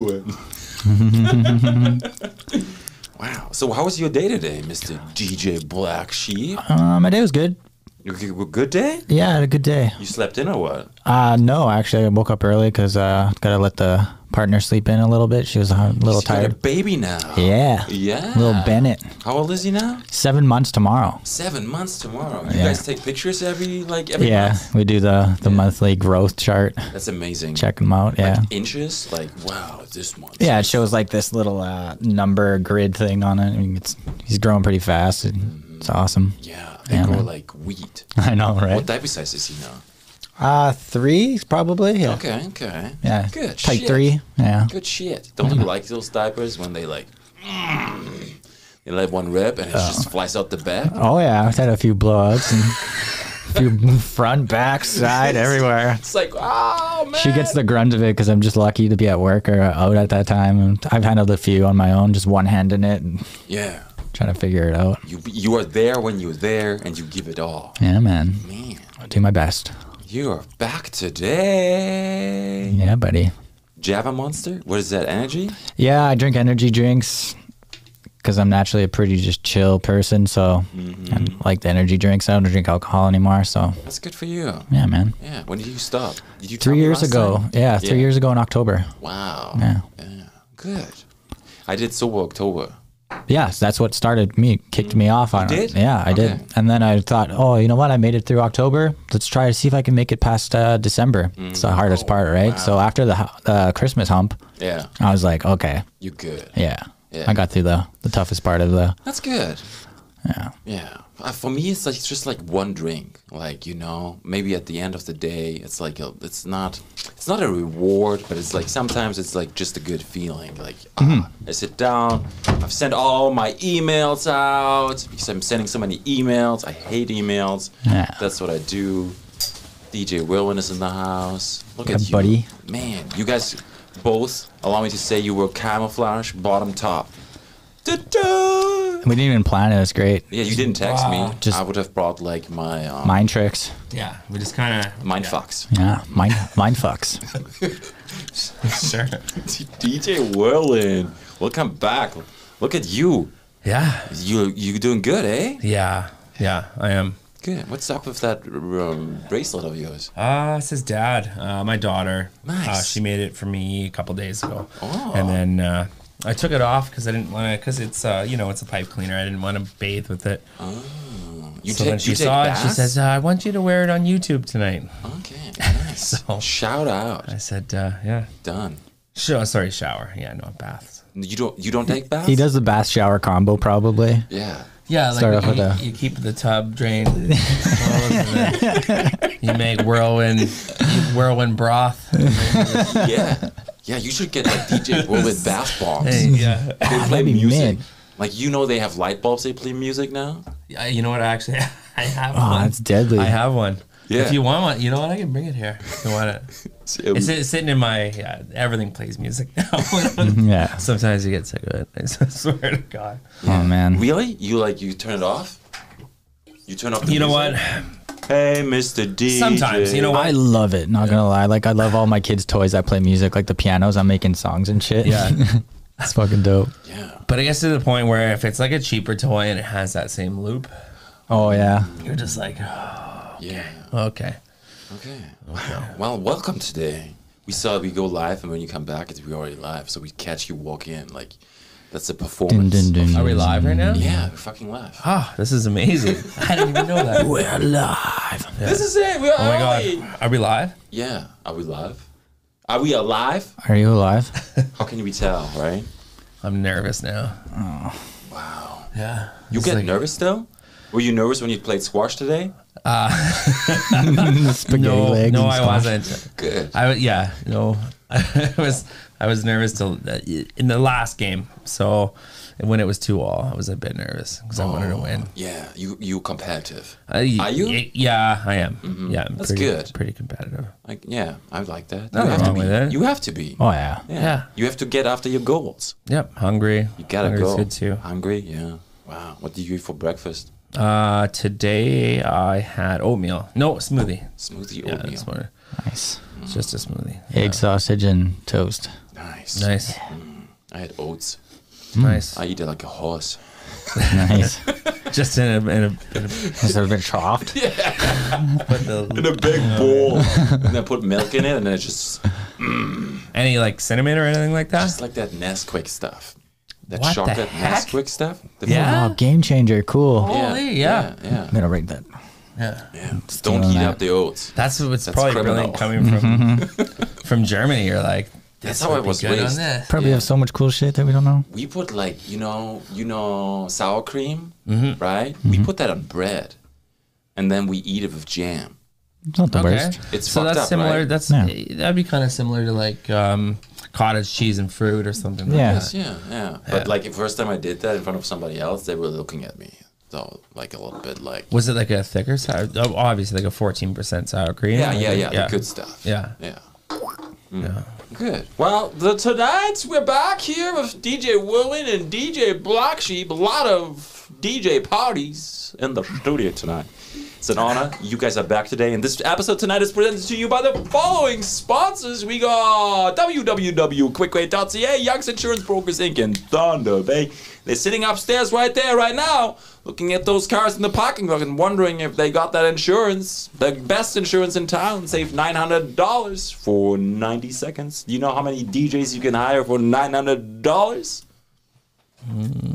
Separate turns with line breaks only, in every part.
it.
Wow. So how was your day today, Mister DJ Black Sheep?
Uh, my day was good.
You g- Good day.
Yeah, I had a good day.
You slept in or what?
Uh, no, actually, I woke up early because uh, gotta let the partner sleep in a little bit. She was uh, a little
You got a
tired.
baby now.
Yeah.
Yeah.
Little Bennett.
How old is he now?
Seven months tomorrow.
Seven months tomorrow. You
Yeah.
guys take pictures every like every
Yeah,
month.
we do the the monthly growth chart.
That's amazing.
Check them out. Yeah.
Like inches. Like wow, this month.
Yeah, it shows like this little uh, number grid thing on it. I mean, it's he's growing pretty fast. And it's awesome.
Yeah. They
Yeah,
grow
man.
like wheat.
I know,
What
right?
diaper size is he now?
Uh three probably. Yeah.
Okay. Okay.
Yeah.
Good.
Type
shit.
three. Yeah.
Good shit. Don't you like those diapers when they like? mm, They let one rip and it
Uh.
just flies out the back.
Oh yeah, I've had a few blowouts and a few front, back, side, everywhere.
It's like, oh man.
She gets the grunt of it because I'm just lucky to be at work or out at that time. And I've handled a few on my own, just one hand in it and
Yeah.
trying to figure it out.
You you are there when you're there, and you give it all.
Yeah, man.
Man,
I'll do my best.
you are back today.
Yeah, buddy.
Java Monster. What is that energy?
Yeah, I drink energy drinks because I'm naturally a pretty just chill person. So
Mm-hmm.
I like the energy drinks. I don't drink alcohol anymore. So
That's good for you.
yeah, man.
Yeah. When did you stop? Did you tell
Three
me
years
last
ago.
time?
Yeah, three
Yeah.
years ago in October.
Wow.
Yeah.
Yeah. Good. I did sober October.
Yes, that's what started me, kicked me off on
You
it.
did?
Yeah, I
Okay.
did. And then I thought, oh, you know what? I made it through October. Let's try to see if I can make it past uh, December.
Mm.
It's the hardest
Oh,
part, right? So after the hu- uh, Christmas hump,
Yeah.
I was like, okay,
You good?
yeah,
Yeah.
I got through the, the toughest part of the.
That's good.
Yeah.
Yeah. Uh, For me, it's like it's just like one drink. Like you know, maybe at the end of the day, it's like a, it's not it's not a reward, but it's like sometimes it's like just a good feeling. Like ah,
Mm-hmm.
I sit down, I've sent all my emails out because I'm sending so many emails. I hate emails.
Yeah.
That's what I do. DJ Wilwin is in the house. Look
Yeah,
at you,
buddy.
Man, you guys both allow me to say you were camouflage bottom top. Da-da!
We didn't even plan it. It was great.
Yeah, you didn't text
Wow.
me.
Just-
I would have brought like my um, mind,
Mind tricks.
Yeah, we just kind of yeah.
fucks.
Yeah, mind mind fucks.
Sure.
DJ Whirlin, welcome back. Look at you.
Yeah,
You you doing good, eh?
yeah, yeah. I am.
Good. What's up with that um, bracelet of yours?
Uh, it says dad. Uh, my daughter. Uh,
Nice.
she made it for me a couple days ago.
Oh.
And then uh, I took it off because I didn't want to. Because it's uh, you know it's a pipe cleaner. I didn't want to bathe with it.
You
so
take
when she
you take
saw it, she
baths?
says, uh, "I want you to wear it on YouTube tonight."
okay, nice.
So-
Shout out.
I said, uh, "Yeah."
Done.
Sure. Sorry, shower. Yeah, no baths.
You don't you don't take baths?
He does the bath shower combo probably.
Yeah.
Yeah, like
Start off
you,
with a-
you keep the tub drained. and then you make whirlwind whirlwind broth.
Yeah. Yeah, you should get like DJ Whirlin bath bombs.
yeah.
They play
that'd be
music.
mid.
Like you know they have light bulbs they play music now?
I, you know what? Actually, I have one.
Oh, that's deadly.
I have one.
Yeah.
If you want one, you know what? I can bring it here. If you want it? It's
Um,
sit- sitting in my. Yeah, everything plays music now.
Yeah.
Sometimes you get sick of it. I swear to God.
Oh man.
Really? You like you turn it off? You turn off. The
You know what?
music? Hey, Mr. D.
Sometimes, you know what?
I love it. Not gonna lie, like I love all my kids' toys. I play music, like the pianos. I'm making songs and shit.
Yeah.
it's fucking dope.
Yeah.
But I guess to the point where if it's like a cheaper toy and it has that same loop,
Oh yeah,
you're just like, "Oh,
Yeah.
okay.
Okay. Wow. Well, welcome today. We saw we go live, and when you come back, it's we already live. So we catch you walk in like that's a
dun
performance.
dun dun.
Are we live right now?
Yeah, we're fucking live.
Ah, this is amazing. I didn't even know that. oh
We're live.
This is it.
Oh
We're
my God. Are we live?
Yeah. Are we live? Are we alive?
Are you alive?
How can we tell, right?
I'm nervous now.
Oh, Wow.
Yeah.
You get nervous though. Were you nervous when you played squash today?
Spaghetti
No,
legs
no,
and
I
squash.
wasn't.
Good.
I wa- yeah no I was I was nervous till in the last game so when it was two all I was a bit nervous because I wanted to win.
Yeah. You you competitive.
I-
Are you? Mm-hmm.
y- Yeah, I am. Yeah, I'm
That's
pretty,
good.
Pretty competitive.
Like yeah, I like that.
Nothing
you have to
wrong
be.
with it.
You have to be.
Oh yeah.
yeah.
Yeah.
You have to get after your goals.
Yep, hungry.
You gotta
Hungry's
go.
Good too.
Hungry? Yeah. Wow. What did you eat for breakfast?
Uh, today I had oatmeal. No smoothie.
Smoothie
Yeah,
oatmeal. Mm.
this morning.
Nice.
It's just a smoothie.
Egg sausage and toast.
Nice.
Nice.
I had oats.
Nice.
Mm. I eat it like a horse.
Nice.
Just in a, in a, in a
Has it been troughed?
put the,
In a big bowl. and I put milk in it, and then it just
any like cinnamon or anything like that?
it's like that Nesquik stuff. That
What the
chocolate
heck?
Nesquik stuff. The
Yeah?
Wow, game changer. Cool.
Yeah,
Holy, yeah.
Yeah.
I'm gonna rate that.
Yeah.
yeah. Don't
doing
heat
that.
up the oats.
That's what's
That's
probably
criminal.
brilliant coming from from Germany. You're like,
That's
this
how
would
I
be
was
good on
raised.
this.
Probably
Yeah.
have so much cool shit that we don't know.
We put like you know you know sour cream,
Mm-hmm.
right? We put that on bread, and then we eat it with jam.
It's not the worst.
It's
so
fucked
that's
up,
similar.
right?
That's
Yeah.
that'd be kind of similar to like um, cottage cheese and fruit or something.
Yeah.
Like that.
Yeah, yeah. But like the first time I did that in front of somebody else, they were looking at me. So like a little bit like
Was it like a thicker sour? oh, Obviously, like a fourteen percent sour cream.
yeah,
like
yeah,
it-
yeah, the good stuff.
Yeah.
yeah. Mm. Good. Well, the tonight we're back here with DJ Woolen and DJ Blocksheep. A lot of DJ parties in the studio tonight. It's an honor. You guys are back today, and this episode tonight is presented to you by the following sponsors. We got www.quickway.ca, Young's Insurance Brokers Inc., and Thunder Bay. They're sitting upstairs right there, right now, looking at those cars in the parking lot and wondering if they got that insurance. The best insurance in town. Save $900 for 90 seconds. Do you know how many DJs you can hire for $900?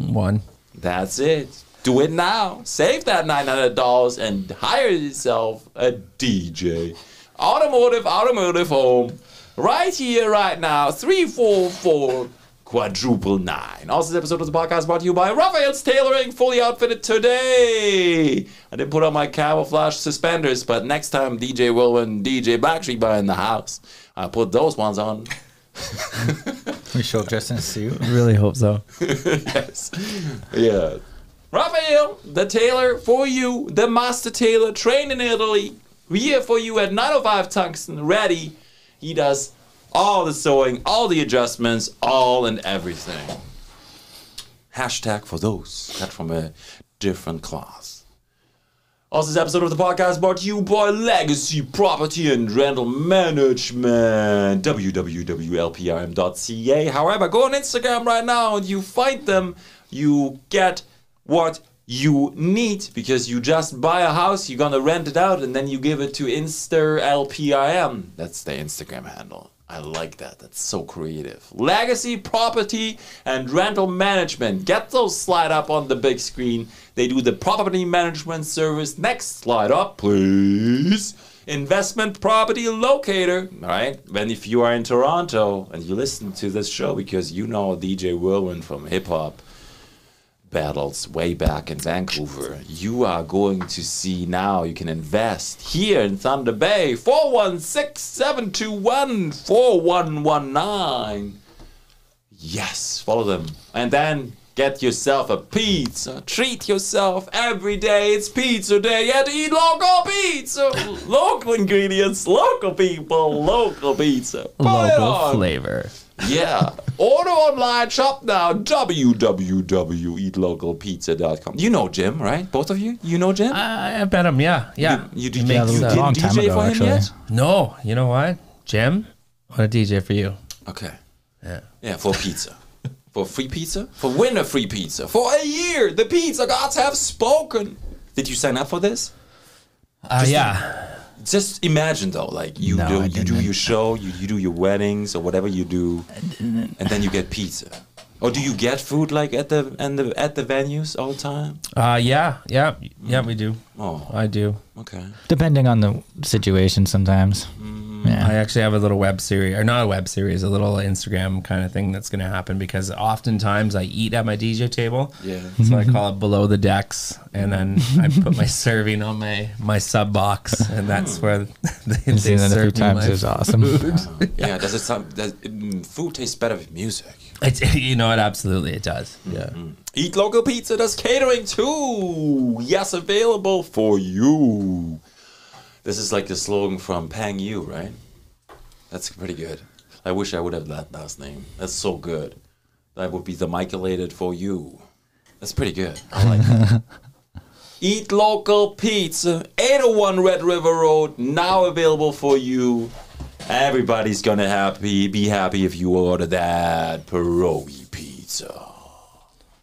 One.
That's it. Do it now. Save that $900 and hire yourself a DJ. Automotive, automotive home. Right here, right now. 344 quadruple nine. Also, this episode of the podcast brought to you by Raphael's Tailoring, fully outfitted today. I didn't put on my camouflage suspenders, but next time DJ Will and DJ Backstreet Boy in the house, I put those ones on.
We show dressed in a suit.
Really hope so.
yes. Yeah. Raphael, the tailor for you, the master tailor, trained in Italy. We here for you at 905 Tungsten, ready. He does all the sewing, all the adjustments, all and everything. Hashtag for those that from a different class. Also, this episode of the podcast brought to you by Legacy Property and Rental Management. www.lprm.ca. However, go on Instagram right now and you find them. You get what you need because you just buy a house, you're gonna rent it out, and then you give it to Insta LPRM. That's their Instagram handle. I like that. That's so creative. Legacy property and rental management. Get those slide up on the big screen. They do the property management service. Next slide up, please. Investment property locator. All right. And if you are in Toronto and you listen to this show because you know DJ Whirlwind from hip hop battles way back in Vancouver. You are going to see now you can invest here in Thunder Bay 416-721-4119. Yes, follow them. And then get yourself a pizza. Treat yourself every day. It's pizza day. You have to eat local pizza. local ingredients, local people, local pizza. Put it
Local
on.
flavor.
Yeah. Order online, shop now, E www.eatlocalpizza.com. You know Jim, right? Both of you? You know
Uh,
Jim?
I, I bet him. Yeah. Yeah.
you
He
did-
makes,
you
uh,
did-
long time
DJ
ago,
for him
actually.
yet?
no. You know what, Jim? What a DJ for you.
okay.
Yeah.
Yeah, for pizza. for free pizza? For winter free pizza. For a year! The pizza gods have spoken! Did you sign up for this?
Uh, yeah.
Just imagine though, like you
No, I
do you do
didn't.
your show, you, you do your weddings or whatever you do, and then you get pizza. Or do you get food like at the and the at the venues all the time?
Uh, yeah. Yeah. Yeah. We do.
Oh.
I do.
Okay.
Depending on the situation, sometimes.
Mm-hmm. I
Yeah.
actually have a little web series, or not a web series, a little Instagram kind of thing that's going to happen because oftentimes I eat at my DJ table.
Yeah.
So I call it below the decks, and then I put my serving on my my sub box, and that's
Hmm.
where they,
I've
they
seen that a few
serve me
times.
my
It was awesome.
Yeah, does it sound? Does, mm, food tastes better with music.
It's, you know what? Absolutely, it does. Yeah.
Mm-hmm. Eat local pizza does catering too. Yes, available for you. This is like the slogan from Pang Yu, right? That's pretty good. I wish I would have that last name. That's so good. That would be the Michaelated for you. That's pretty good. I like that. Eat oh local pizza, 801 Red River Road, now available for you. Everybody's gonna happy be happy if you order that pierogi pizza.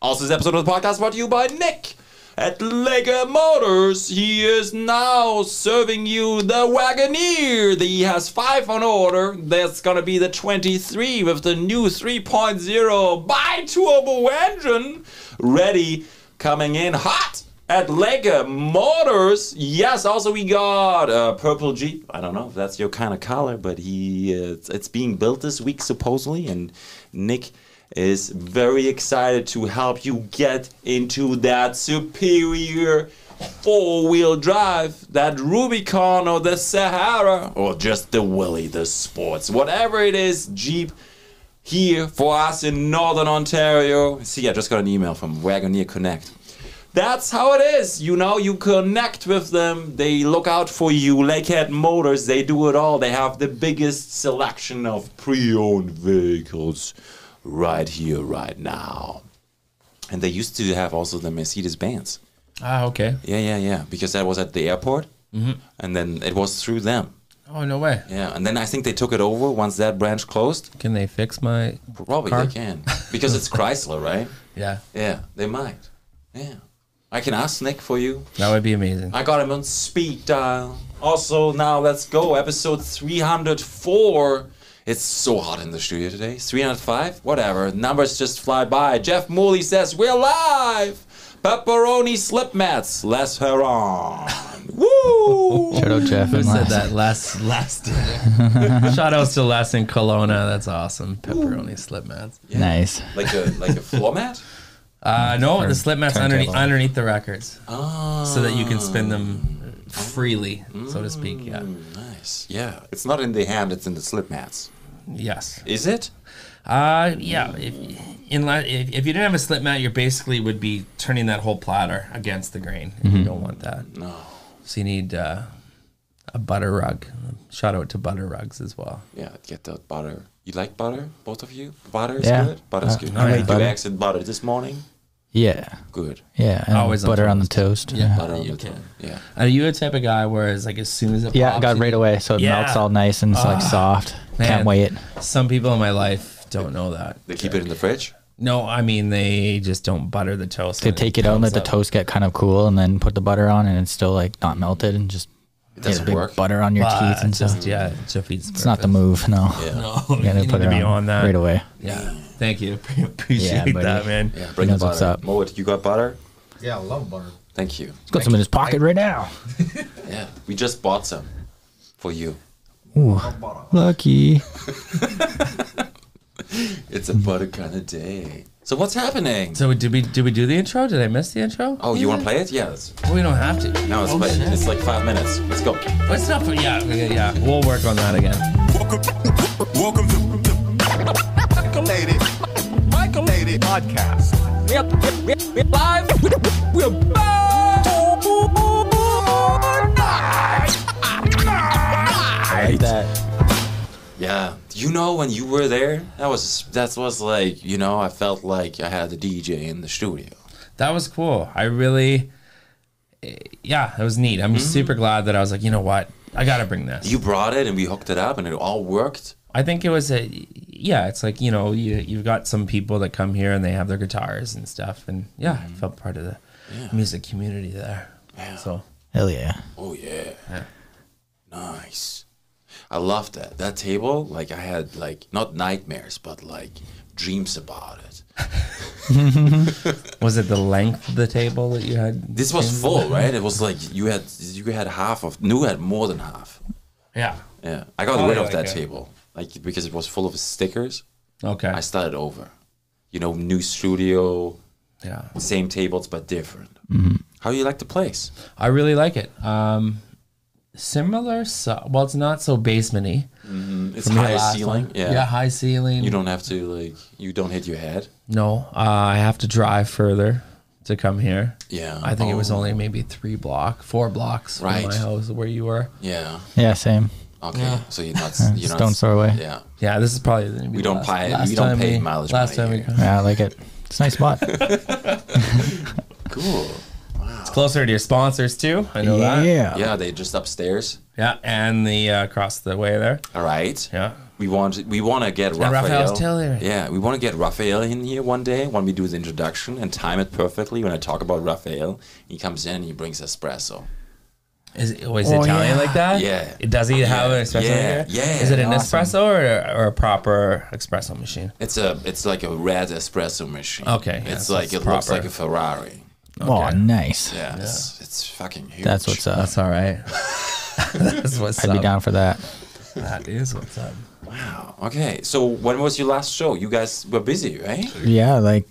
Also, this episode of the podcast brought to you by Nick at Lega Motors. He is now serving you the Wagoneer. He has five on order. That's gonna be the 23 with the new 3.0 bi-turbo engine ready, coming in hot at Lega Motors. Yes, also we got uh, Purple Jeep. I don't know if that's your kind of color, but he uh, it's, it's being built this week supposedly, and Nick is very excited to help you get into that superior four-wheel drive, that Rubicon or the Sahara or just the Willy, the sports, whatever it is, Jeep here for us in Northern Ontario. See, I just got an email from Wagoneer Connect. That's how it is. You know, you connect with them. They look out for you. Lakehead Motors, they do it all. They have the biggest selection of pre owned vehicles right here, right now. And they used to have also the Mercedes Benz.
Ah, okay.
Yeah, yeah, yeah. Because that was at the airport. And then it was through them.
Oh no way.
Yeah. And then I think they took it over once that branch closed.
Can they fix my?
Probably
Car?
they can. Because it's Chrysler, right?
Yeah,
Yeah, they might. Yeah. I can ask Nick for you.
that would be amazing.
I got him on speed dial. Also, now let's go. Episode 304. It's so hot in the studio today. 305? Whatever. Numbers just fly by. Jeff Mooley says, We're live! Pepperoni slip mats. Les Heron. Woo!
Shout out Jeff.
Who
and Les.
said that last last? Shout outs to Les in Kelowna. That's awesome. Pepperoni slip mats.
Yeah.
Nice.
Like a like a floor mat?
Uh, no, the slip mats underneath
Mm, turntable.
underneath the records,
Ah,
so that you can spin them
Um.
freely, so to speak. Yeah.
Mm.
nice. Yeah. It's not in the hand, it's in the slip mats.
Yes.
Is it?
Uh, yeah. If, in li- if, if you didn't have a slip mat, you basically would be turning that whole platter against the grain. If
Mm-hmm.
you don't want that,
No.
so you need uh, a butter rug. Shout out to butter rugs as well.
Yeah, get that butter. You like butter, both of you? Butter is
Yeah.
good. Butter is
Uh,
good.
I
I made
like
you
butter.
eggs and butter this morning.
Yeah.
Good.
Yeah. and
Always on
butter on the toast.
Yeah.
Yeah.
Butter on
you
the
can.
tongue. Yeah.
Are you a type of guy where it's like as soon as it
Yeah, I
pops,
got right away, so it
Yeah. Ah,
melts all nice and it's like soft. Can't
man.
wait.
Some people in my life don't know that.
They keep it in the fridge.
No, I mean they just don't butter the toast.
They take it out and let the toast get kind of cool, and then put the butter on, and it's still like not melted, and just it
doesn't
big
work.
butter on your teeth and stuff.
just yeah, it defeats
It's not the move, no. Yeah.
No,
You gotta
Oh, you
put
need
it
to be on, that.
right away.
Yeah, thank you. Appreciate
Yeah, buddy.
that, man.
Yeah. Bring the
knows what's
butter.
up.
Moet, you got butter?
Yeah, I love butter.
Thank you.
He's got some in his pocket right now.
Yeah. We just bought some for you.
Ooh, lucky.
It's a butter kind of day. So what's happening?
So did we did we do the intro? Did I miss the intro?
Oh, you want to play it? Yeah. It's,
we don't have to. Oh,
no, it's, like, it's like five minutes. Let's go.
Let's not. put- Yeah, okay, yeah. We'll work on that again.
Welcome, welcome to Michael Lady, Michael Lady podcast.
Like that.
Yeah. You know when you were there, that was that was like you know I felt like I had the DJ in the studio.
That was cool. I really. eh, Yeah, that was neat. I'm super glad that I was like, you know what, I gotta bring this.
Mm-hmm. You brought it and we hooked it up and it all worked.
I think it was a yeah. It's like you know you you've got some people that come here and they have their guitars and stuff, and yeah,
Mm-hmm.
I felt part of the music community there. So
Hell yeah.
Oh yeah. Nice. I love that. That table, like I had like not nightmares, but like dreams about it.
was it the length of the table that you had?
This was full, right? It was like you had you had half of you had more than half.
Yeah.
Yeah. I got
Oh,
rid
yeah,
of that
okay.
table. Like because it was full of stickers.
Okay.
I started over. You know, new studio,
Yeah.
same tables but different.
Mm-hmm.
How do you like the place?
I really like it. Um, similar. So, well, it's not so basementy.
It's
from your
higher
last
ceiling.
one.
Yeah.
Yeah. High ceiling.
You don't have to like you don't hit your head.
No, uh, I have to drive further to come here.
Yeah.
I think it was
Oh,
only maybe three block, four blocks from
Right.
my house where you were.
Yeah.
Yeah, same.
Okay, so you're not you're not
Stone's throw away.
Yeah,
Yeah, this is probably gonna be
We
the
don't
last-
pay- we
last
don't
time
pay mileage money
Last time we
here.
come.
Yeah, I like it. It's a nice spot.
cool. Wow.
closer to your sponsors too. I know that.
yeah.
Yeah, they just upstairs.
Yeah, and the uh, across the way there.
All right.
Yeah.
We want we want to get
And
Raphael.
Raphael's still there.
Yeah, we want to get Raphael in here one day when we do the introduction and time it perfectly. When I talk about Raphael, he comes in and he brings espresso.
Is it, was Italian like that?
Yeah.
It- Does he have an espresso
Yeah.
maker?
Yeah.
Is it an
Awesome.
espresso or, or a proper espresso machine?
It's a it's like a red espresso machine.
Okay, yeah,
it's
so
like
it's
it looks
proper.
like a Ferrari.
Oh, nice.
Yeah, It's, it's fucking huge.
That's what's up.
That's all right. That's what's
I'd be
up.
down for that.
That is what's up.
Wow. Okay. So when was your last show? You guys were busy, right?
Yeah, like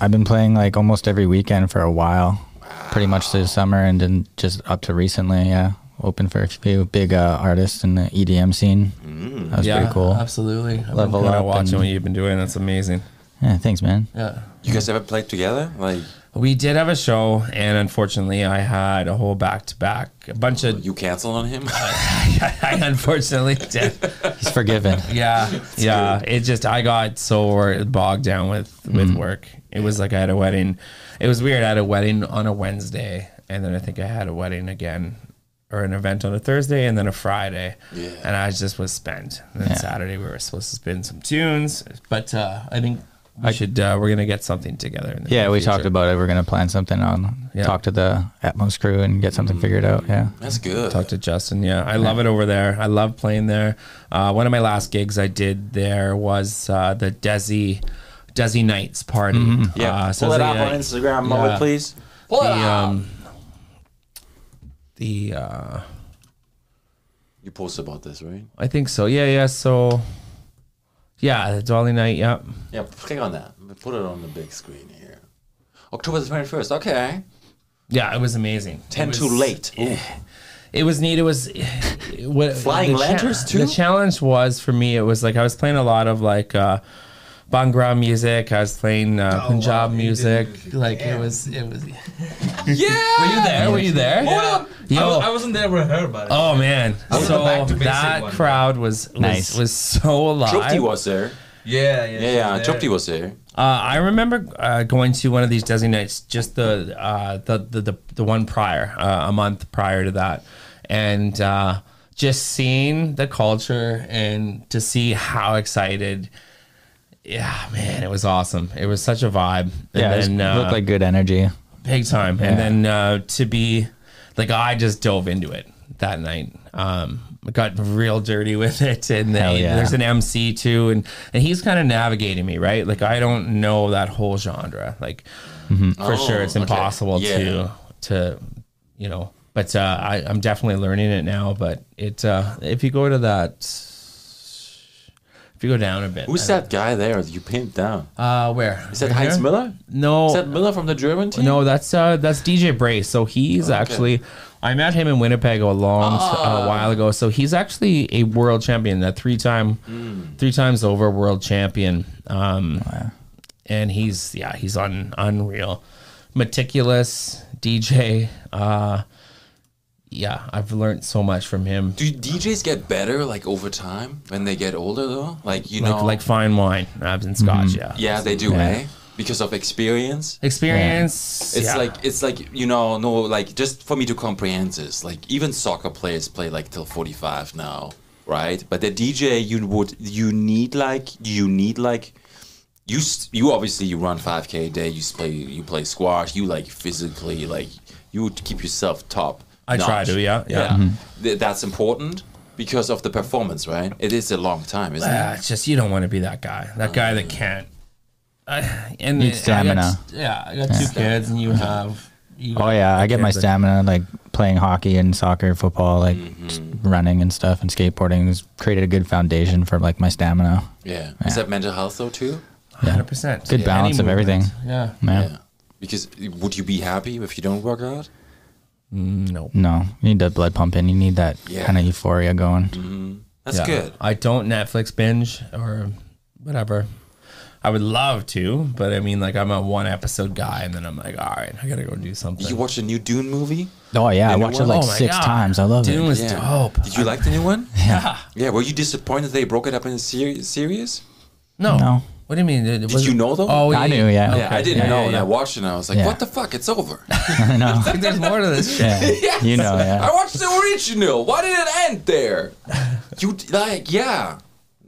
I've been playing like almost every weekend for a while, pretty much through the summer, and then just up to recently. Yeah, open for a few big uh, artists in the EDM scene.
Mm.
That was pretty cool.
absolutely. I've
Level
been kinda
up
watching
and-
what you've been doing. That's amazing.
Yeah, thanks, man.
Yeah.
You guys ever played together? Like
We did have a show, and unfortunately, I had a whole back to back, a bunch of.
you cancel on him?
I unfortunately did.
He's forgiven.
Yeah, yeah. It just I got so wor- bogged down with with
Mm-hmm.
work. It was like I had a wedding. It was weird. I had a wedding on a Wednesday, and then I think I had a wedding again, or an event on a Thursday, and then a Friday.
Yeah.
And I just was spent. And then Saturday we were supposed to spin some tunes, but uh, I think we should. Uh, we're gonna get something together. In the
Yeah,
near
we
future.
talked about it. We're gonna plan something on.
Yeah.
Talk to the Atmos crew and get something figured out. Yeah.
That's good.
Talk to Justin. Yeah, I love it over there. I love playing there. Uh, one of my last gigs I did there was uh, the Desi Desi Nights party.
yeah.
uh,
Pull it
Desi
up on
Nights,
Instagram, Mo,
Yeah.
please.
the um, the uh,
You posted about this, right?
I think so. Yeah, yeah. So yeah, the Dolly Night. Yep.
Yeah, click on that. Put it on the big screen here. October the 21st. Okay.
Yeah, it was amazing. It
10
was-
too late. Ooh.
it was neat. It was what,
Flying
the cha-
lanterns, too?
The challenge was for me. It was like I was playing a lot of like uh, Bhangra music. I was playing uh, Punjab music. Like it was, it was.
Yeah.
Were you there? Were you there?
Hold up.
Yo.
I, was, I wasn't there with her, but
Oh man!
was the
So
back to basic
that
one.
crowd was was,
Nice.
was so
Chopti
alive. Uh,
was there.
yeah, yeah,
Yeah, yeah.
she was
Chopti
there.
was there.
I remember uh, going to one of these Desi nights, just the uh, the, the the the one prior, uh, a month prior to that, and uh, just seeing the culture and to see how excited. Yeah, man, it was awesome. It was such a vibe. And
Yeah, it
then,
was-
uh,
looked like good energy.
big time.
Yeah.
And then uh, to be like, I just dove into it that night. Um, got real dirty with it, and
Hell
then
yeah.
there's an MC too, and and he's kind of navigating me, right? Like I don't know that whole genre, like
Mm-hmm.
for
Oh,
sure it's
okay.
impossible
Yeah.
to to you know. But uh, I, I'm definitely learning it now. But it uh, if you go to that, if you go down a bit,
Who's that guy there that you pinned down?
Uh, where
Is that
Right
Heinz
here?
Miller?
No,
Is that Miller from the German team?
no, that's uh, that's DJ Brace. So he's actually, I met him in Winnipeg a long t-
Oh.
a while ago. So he's actually a world champion, a three time,
Hmm.
three times over world champion. Um,
Oh,
and he's yeah, he's un- unreal, meticulous DJ. Uh, yeah, I've learned so much from him.
Do DJs get better like over time when they get older though? Like you
Like
know,
like fine wine, abs and scotch. Yeah,
yeah, they do, eh? Because of experience.
Experience.
It's
yeah.
like it's like you know no like just for me to comprehend this like even soccer players play like till 45 now right but the DJ you would you need like you need like you s- you obviously you run 5k a day you s- play you play squash you like physically like you would keep yourself top
I try
notch.
to, yeah, yeah.
Th- that's important because of the performance right it is a long time isn't
Ah,
it
it's just you don't want to be that guy. That guy
Mm.
that can't. I, and
Needs
I got-
stamina.
yeah, I got two kids, and you have. You
Oh yeah, I get my
kids, like-
stamina like playing hockey and soccer, football, like just running and stuff and skateboarding has created a good foundation for like my stamina.
yeah is that mental health though too
Hundred percent.
Good balance of everything.
Yeah.
Yeah.
yeah because would you be happy if you don't work out
No.
No, you need that blood pumping. You need that
Yeah.
kind of euphoria going.
that's
Yeah.
good
I don't Netflix binge or whatever. I would love to, but I mean, like, I'm a one episode guy, and then I'm like, all right, I gotta go do something.
Did you watch the new Dune movie?
Oh yeah, I
know
watched it
what?
like
Oh, my
six
God.
times. I love
Dune
it.
was dope.
Did you like the new one?
Yeah.
Yeah. Were you disappointed they broke it up in a seri- series?
No.
No.
What do you mean? Did
you know them?
Oh,
I knew, yeah.
Yeah, I didn't
yeah,
know,
yeah,
and I
yeah.
watched it, and I was like,
Yeah.
"What the fuck? It's over."
I know.
There's more to this shit.
Yeah. You know, yeah.
I watched the original. Why did it end there? You like, yeah,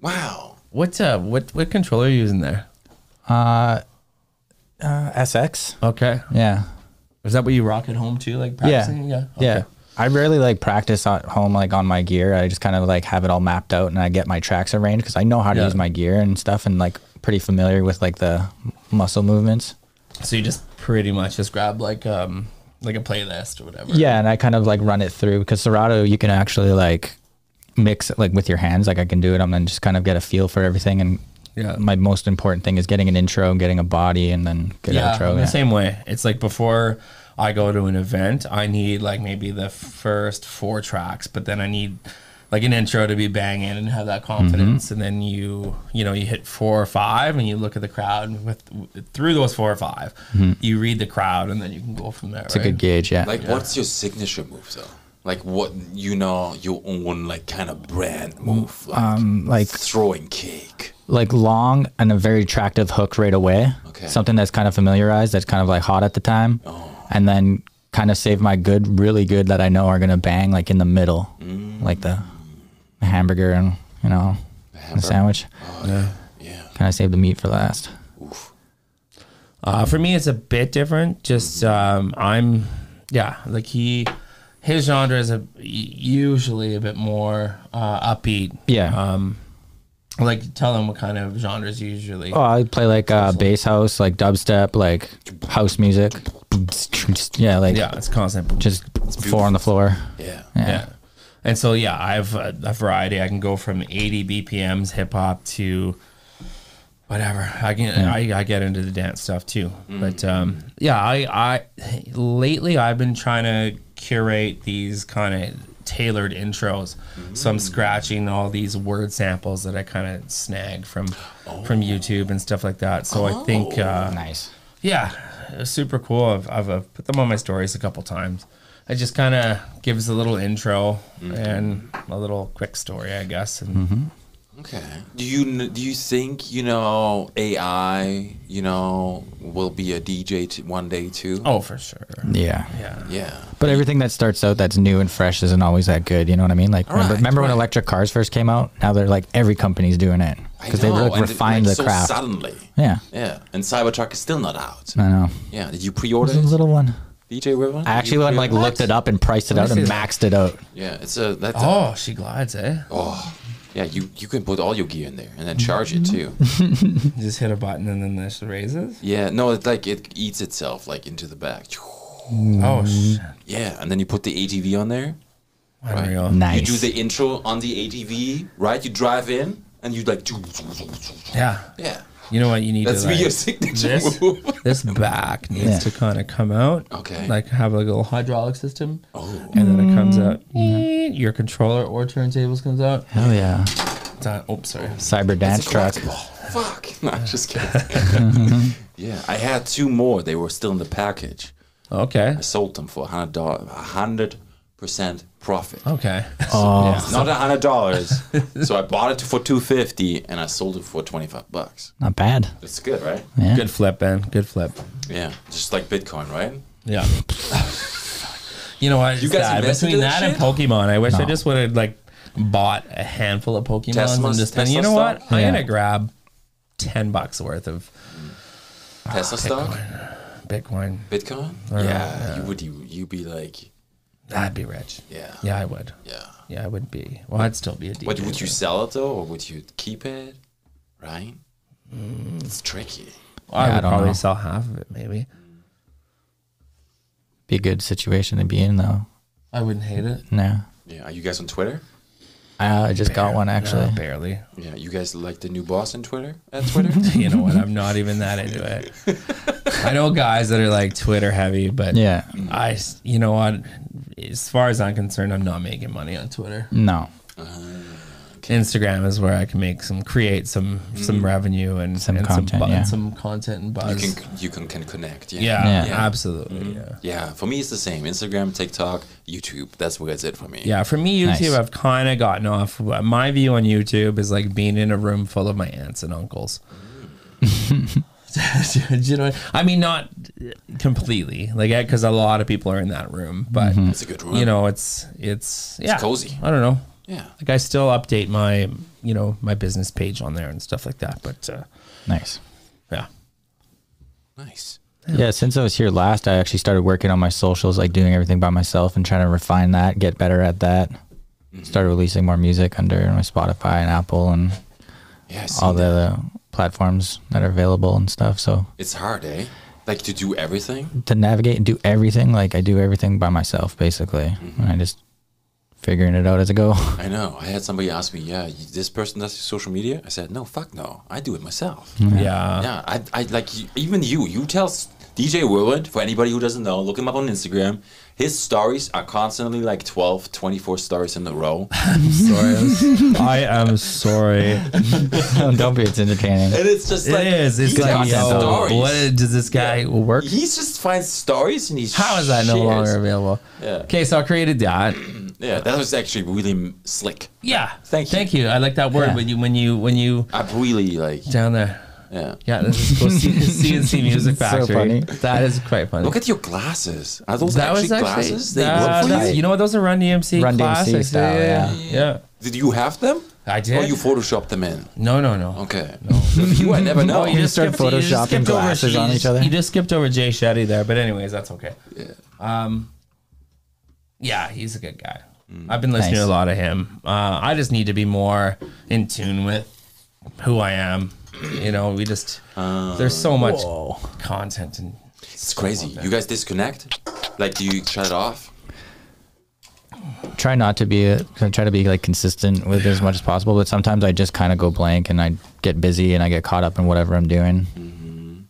wow.
What uh, what what controller are you using there?
SX.
Okay,
Uh, Yeah.
is that what you rock at home too? Like
Yeah.
practicing? Yeah.
Yeah.
Okay.
I rarely like practice at home, like on my gear. I just kind of like have it all mapped out and I get my tracks arranged because I know how to
Yeah.
use my gear and stuff and like pretty familiar with like the muscle movements.
So you just pretty much just grab like um like a playlist or whatever.
Yeah. And I kind of like run it through because Serato, you can actually like mix it like with your hands. Like I can do it. I'm then just kind of get a feel for everything. And
Yeah.
my most important thing is getting an intro, getting a body, and then good
yeah,
outro.
I'm
yeah.
the same way. It's like before I go to an event, I need like maybe the first four tracks, but then I need like an intro to be banging and have that confidence.
Mm-hmm.
And then you, you know, you hit four or five, and you look at the crowd and with through those four or 5 You read the crowd, and then you can go from there.
Mm-hmm. It's a good gauge. Yeah.
Like, what's your signature move though? Like, what you know, your own like kind of brand move, like,
Um,
Um, like
throwing cake.
like long and a very attractive hook right away.
Okay.
Something that's kind of familiarized, that's kind of like hot at the time. And then kind of save my good, really good that I know are gonna bang like in the middle, like the hamburger and you know the sandwich.
Yeah.
Kind of save the meat for last.
Uh, for me, it's a bit different. Just
Mm-hmm.
um, I'm, yeah, like he, his genre is a usually a bit more uh, upbeat.
Yeah.
Um, like tell them what kind of genres you usually.
oh, I play like uh, bass house, like dubstep, like house music. Yeah, like
Yeah, it's constant.
just four on the floor.
Yeah.
yeah. And so yeah, I have a, a variety. I can go from 80 BPMs hip hop to whatever. I can I, I get into the dance stuff too. But um, yeah, I I lately I've been trying to curate these kind of tailored intros. So I'm scratching all these word samples that I kind of snag from from YouTube and stuff like that. So I think uh,
Nice.
Yeah, it was super cool. I've, I've, uh put them on my stories a couple times. It just kind of gives a little intro and a little quick story, I guess. And
Okay. Do you kn- do you think you know AI? You know, will be a DJ t- one day too.
oh, for sure.
Yeah.
Yeah.
Yeah.
But everything that starts out that's new and fresh isn't always that good. You know what I mean? Like, remember,
Right,
remember when
right.
electric cars first came out? Now they're like every company's doing it
I
because they
know,
like
and it-
refined
like,
the
so
craft.
suddenly.
Yeah,
Yeah, and Cybertruck is still not out.
I know.
Yeah, did you
It
pre-order
was a
it?
little one.
DJ River?
I actually went like looked it up and priced it
Let
out
me
and
see that.
maxed it out.
Yeah, it's a that's a-
Oh, she glides, eh?
oh. Yeah, you you can put all your gear in there and then charge it too.
Mm-hmm.
You just hit a button and then this raises.
Yeah, no, it's like it eats itself like into the back.
Oh, shit.
Yeah, and then you put the ATV on there.
Unreal.
Nice.
You do the intro on the ATV, right? You drive in and you like.
Yeah.
Yeah,
You know what? You need
that's
to.
be your
Like,
signature
this,
move.
this back needs
Yeah.
to kind of come out.
Okay.
Like have like a little hydraulic system. Oh. And then it comes out. Your controller or turntables comes out.
Hell yeah,
Done. Oh, sorry.
cyber dance
It's a
truck.
collectible. Fuck. No, I'm just kidding. yeah, I had two more. They were still in the package.
Okay.
I sold them for hundred dollars, hundred percent profit.
Okay.
Oh,
Not a hundred dollars. so I bought it for two fifty, and I sold it for twenty five bucks.
not bad.
That's good, right?
Yeah.
Good flip, Ben. Good flip.
Yeah, just like Bitcoin, right?
Yeah. you know what?
You
You
guys
guys
invested
between
in
that
that
and
shit?
Pokemon, I wish I
No.
just would have like bought a handful of Pokemon and
Tesla's-
just been, you
Tesla
know what?
stock?
I'm
Yeah.
gonna grab ten bucks worth of Ah,
Tesla stock,
Bitcoin.
Bitcoin. Yeah, you would. You you be like,
I'd be rich.
yeah,
Yeah, I would.
yeah.
Yeah, I would be. Well, I'd still be a DJ.
What would you
but-
sell it though, or would you keep it? Right?
Mm.
It's tricky.
I
Yeah, I
would
don't
probably
know.
sell half of it, maybe.
Be a good situation to be in though.
I wouldn't hate it.
No,
Yeah. Are you guys on Twitter?
I just got one
No,
actually.
barely.
Yeah. You guys like the new boss on Twitter? At Twitter?
You know what? I'm not even that into it. I know guys that are like Twitter heavy, but
Yeah.
I, s- you know what? As far as I'm concerned, I'm not making money on Twitter.
No,
Instagram is where I can make some, create some, some revenue and
Mm. Some
and
content,
bu-
yeah.
some content and
you
buzz.
can you can, can connect.
yeah,
Yeah.
Yeah. Mm-hmm.
absolutely. Yeah.
Yeah, for me it's the same. Instagram, TikTok, YouTube. That's where it's it for me.
Yeah, for me, YouTube,
Nice.
I've kind of gotten off. My view on YouTube is like being in a room full of my aunts and uncles.
Mm.
Do you know? what- I mean, not completely, like because a lot of people are in that room, but
Mm-hmm.
It's a good room.
you know, it's it's yeah,
cozy.
I don't know.
Yeah.
Like I still update my you know my business page on there and stuff like that, but uh,
Nice.
yeah.
Nice.
Yeah, since I was here last, I actually started working on my socials, like doing everything by myself and trying to refine that, get better at that.
Mm-hmm.
Started releasing more music under my Spotify and Apple and
Yeah. I
all
seen
the
that.
other platforms that are available and stuff. So
It's hard, eh? Like to do everything.
to navigate and do everything, like I do everything by myself basically.
Mm-hmm.
And I just figuring it out as I go.
I know. I had somebody ask me, "Yeah, you- this person does social media." I said, "No, fuck no. I do it myself."
Yeah.
Yeah, I, I like you- even you. You tell s- DJ Willard, for anybody who doesn't know, look him up on Instagram. His stories are constantly like 12, 24 stories in a row.
Sorry. I am sorry.
Don't be it's entertaining.
And it's just
It
like,
is. It's
he's
like,
got
yo,
stories.
what does this guy work?
He just finds stories and he's
How is that no
shares.
longer available?
Yeah.
Okay, so I created that.
Yeah, that was actually really m- slick.
Yeah.
Thank you.
Thank you. I like that word
Yeah.
when you when you when you
I really like.
down there.
Yeah.
Yeah, this is cool. C- CNC Music
So
Factory.
funny.
That is quite funny.
Look at your glasses. Are those
that
actually
was actually
glasses? They
that-
look for
that's-
you.
you know what? Those are Run DMC
Run DMC
classics.
style,
yeah,
yeah.
yeah. yeah.
Did you have them?
I did.
Or you photoshopped them in?
no, no, no.
Okay. No. you, I never know.
Oh, you
You
just
start
skipped, you just
photoshopping
skipped over-
glasses
you
on
just-
each other?
You just skipped over Jay Shetty there, but anyways, that's okay. Yeah. Um, yeah, he's a good guy. I've been listening
Mm. Nice.
to a lot of him. Uh, I just need to be more in tune with who I am. You know, we just
Uh,
there's so much content and
It's crazy. You guys disconnect? Like, do you shut it off?
Try not to be a, try to be like consistent with it as much as possible, but sometimes I just kind of go blank and I get busy and I get caught up in whatever I'm doing.
Mm-hmm.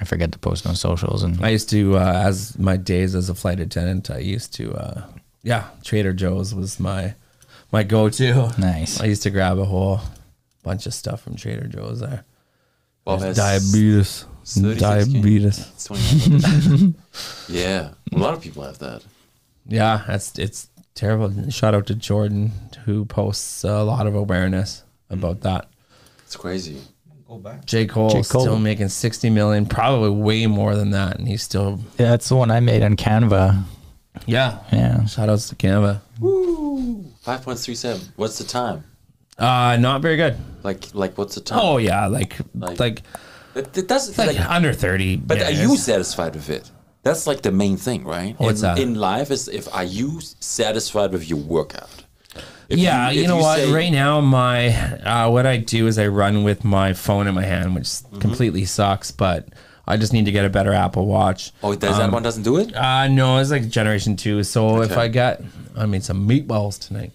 I forget to post on socials and
I used to, uh, as my days as a flight attendant, I used to, uh, yeah, Trader Joe's was my my go to.
Nice.
I used to grab a whole bunch of stuff from Trader Joe's there.
Bob has
Diabetes.
36
Diabetes.
29. yeah, a lot of people have that.
Yeah, that's it's terrible. Shout out to Jordan who posts a lot of awareness about that.
It's crazy.
Go back.
J. Cole,
J. Cole.
still making sixty million, probably way more than that, and he's still
Yeah, that's the one I made on Canva.
yeah.
Yeah.
Shout outs to Canva.
5.37. What's the time?
Uh not very good.
Like, like what's the time?
Oh yeah, like
Like-
like,
it, it doesn't.
like
Like,
under thirty.
but
yeah,
are
it
you
is.
satisfied with it? That's like the main thing, right?
What's
in,
that?
in life is if are you satisfied with your workout? If
yeah, you,
if
know what?
say-
right now, my uh, what I do is I run with my phone in my hand, which
Mm-hmm.
completely sucks. But I just need to get a better Apple Watch.
Oh, does that one doesn't do it?
Uh, no, it's like Generation Two. So if
Okay.
I got, I made some meatballs tonight.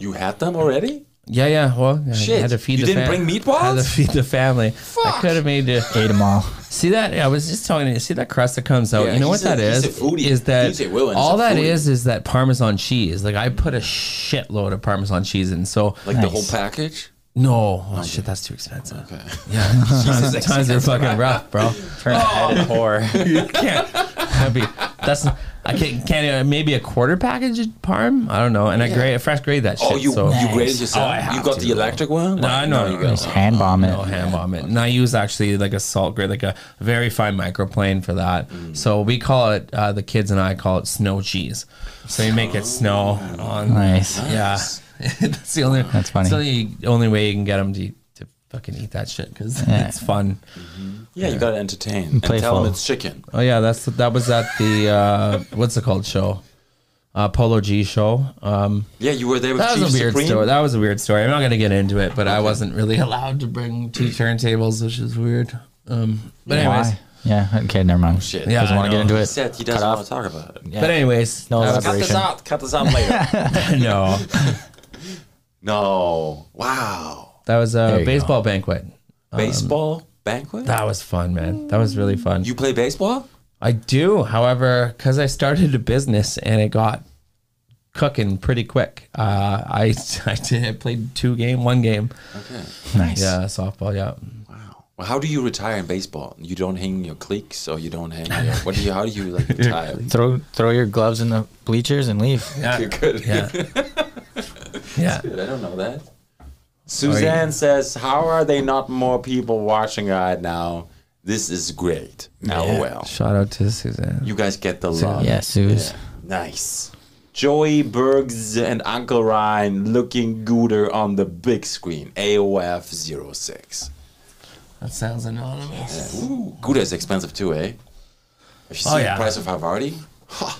You had them already?
Yeah, yeah. Well, yeah,
Shit,
I had to feed
you
the
didn't
fam-
bring
I had to
meatballs?
feed the family. I could have made it.
Ate them all.
See that? Yeah, I was just telling you. See that crust that comes out?
Yeah,
you know what
he's a-
that is?
he's a foodie.
Is that
DJ Willen is
all
a
that
foodie.
is? Is that Parmesan cheese? Like I put a shitload of Parmesan cheese in. So
Like the whole
Nice.
package?
No, oh, shit, that's too expensive. Yeah, times, times are fucking rough, bro. Turn head and whore. you can't. That'd be, that's I can't. Can uh, maybe a quarter package of parm? I don't know. And I grade, I fresh grade that shit.
Oh, you
so.
you graded yourself?
Oh, I have
you got
to,
the electric one?
No, I know.
you
no,
got-
Just hand bomb it.
Oh, no, hand bomb it. And I use actually like a salt grade, like a very fine microplane for that. So we call it, uh, the kids and I call it snow cheese. So you make it snow on.
Nice.
Yeah, that's the only. That's
funny.
It's the only, only way you can get them to to fucking eat that shit because it's fun.
Yeah, you gotta entertain and tell
Playful.
them it's chicken.
Oh yeah, that's that was at the uh, what's it called show, uh, Polo G show. Um,
Yeah, you were there with
that
Chief
was a weird
Supreme.
story. That was a weird story. I'm not gonna get into it, but I wasn't really allowed to bring two turntables, which is weird. Um, but anyways,
Why? Yeah. Okay. Never mind.
Shit.
yeah,
Doesn't
I
want to
know.
get into
He
it.
said he doesn't want to talk about it.
But anyways,
No
that was-
Cut this
elaboration.
out. Cut this out later.
no,
no. Wow.
that was
There
a
you
baseball banquet.
Baseball banquet?
That was fun, man. That was really fun.
you play baseball?
I do, however, because I started a business and it got cooking pretty quick. Uh, I I did I played two game, one game.
Okay.
Nice.
Yeah, softball. Yeah,
Wow. Well, how do you retire in baseball? You don't hang your cliques or you don't hang your what do you how do you like retire?
Throw throw your gloves in the bleachers and leave.
yeah,
You're good.
yeah. yeah.
Dude, I don't know that. Suzanne says, "How are they not more people watching right now? This is great. LOL.
Shout out to Suzanne.
You guys get the love.
Oh, Yeah, Suze.
Nice. Joey Bergs and Uncle Ryan looking gooder on the big screen. AOF 06.
That sounds anonymous.
Ooh, Gouda is expensive too, eh? If you see
Oh, yeah.
the price of Havarti, ha,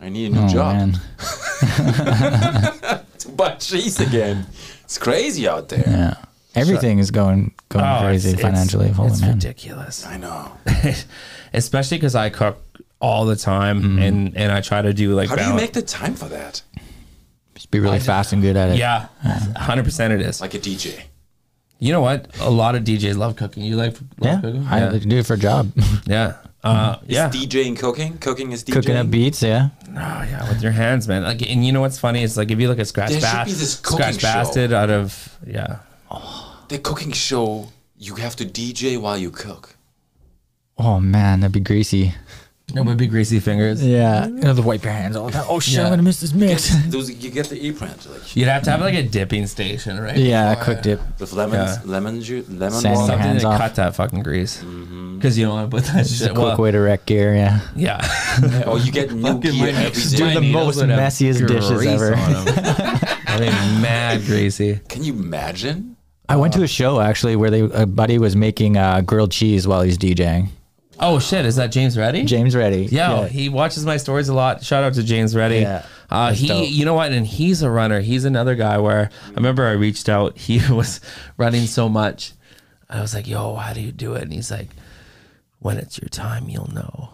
I need a new
Oh,
job
man.
to buy cheese again. It's crazy out there.
Yeah. Everything is going going crazy financially.
Oh, It's,
Holy
it's
man.
ridiculous.
I know.
Especially because I cook all the time and and I try to do like
How do you
balance-
make the time for that?
Just be really fast and good at it.
yeah, hundred percent it is.
Like a DJ.
You know what? A lot of DJs love cooking. You like love
Yeah.
cooking?
I
yeah.
do it for a job.
yeah. Uh, yeah.
Is DJing cooking? Cooking is DJing?
Cooking up beats, yeah.
Oh yeah, with your hands, man. Like, and you know what's funny? It's like if you look at Scratch
There should
Bass,
be this cooking
Scratch
show.
Bastard out of yeah.
The cooking show, you have to DJ while you cook.
Oh man, that'd be greasy.
No, would be greasy fingers.
Yeah. You know, the wipe your hands all the time. Oh shit,
Yeah.
I'm gonna miss this mix.
Those, you get the e-print. Like,
You'd have to have like a dipping station, right?
Oh, yeah, quick dip.
with lemons,
Yeah.
lemon juice, lemon
Sand.
water.
Something
Hands
to
off.
cut that fucking grease. Because you don't want to put that
Just a
shit.
quick
Well,
way to wreck gear, yeah.
yeah.
Oh, you get new
Fucking my
gear every
next
day.
door
the
neighbors
most
would have
messiest dishes
grease
ever.
on 'em. Are they mad greasy?
Can you imagine?
I went to a show actually where they a buddy was making uh, grilled cheese while he's DJing.
Oh shit! Is that James Reddy?
James Reddy.
Yeah, he watches my stories a lot. Shout out to James Reddy.
Yeah,
Uh,
that's
he,
dope.
you know what? And he's a runner. He's another guy where I remember I reached out. He was running so much. I was like, "Yo, how do you do it?" And he's like, "When it's your time, you'll know."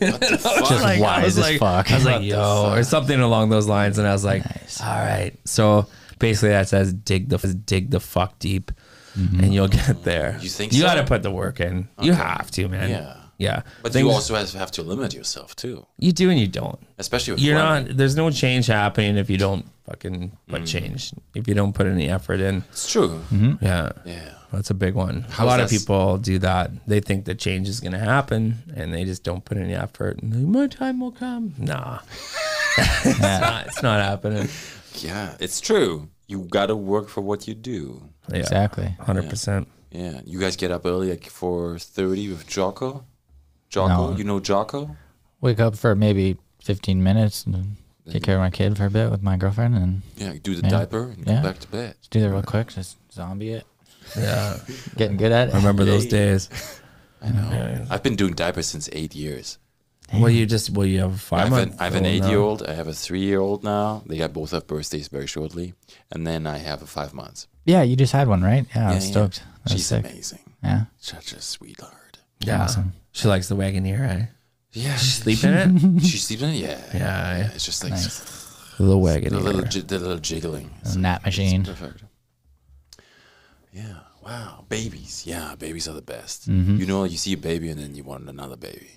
Just
Like, I
wise
was
as
like-
fuck.
I was like, "Yo," or something along those lines. And I was like, "All right." So basically, that says dig the dig the fuck deep,
Mm-hmm.
and you'll get there.
You think
you
so?
got to put the work in. You have to, man.
Yeah.
yeah.
But
Things-
you also have have to limit yourself too,
you do and you don't.
especially with
you're
running.
not there's no change happening if you don't fucking
Mm.
put change if you don't put any effort in
It's true.
yeah
Yeah.
that's a big one a
How's
lot of
that s-
people do that they think the change is going to happen and they just don't put any effort and they're like, my time will come nah it's, not, it's not happening
Yeah, it's true. You gotta work for what you do.
yeah,
Exactly.
100%
Yeah. You guys get up early like four thirty with Jocko. Jocko,
No.
you know Jocko?
Wake up for maybe 15 minutes and take care of my kid for a bit with my girlfriend and
Yeah, you do the diaper and go
Yeah.
back to bed.
just do that real quick. Just zombie it.
yeah
Getting good at it.
remember those days
I've been doing diapers since eight years.
well you just well you have a uh,
I
five
have an,
month
I have an
old now.
eight year old, I have a three year old now. They got both have birthdays very shortly. And then I have a five months.
Yeah, you just had one, right? Yeah, I
Yeah,
was
yeah.
stoked. That was
She's
sick.
amazing.
Yeah.
Such a sweetheart.
yeah
Awesome.
she likes the wagoneer eh?
Yeah.
sleep in it
she sleeps in it? Yeah.
yeah, yeah.
It's just like
the
the little
little wagoneer
j- the little jiggling.
A nap machine.
Perfect. Yeah. Wow. Babies. Yeah. Babies are the best. You know, you see a baby and then you want another baby.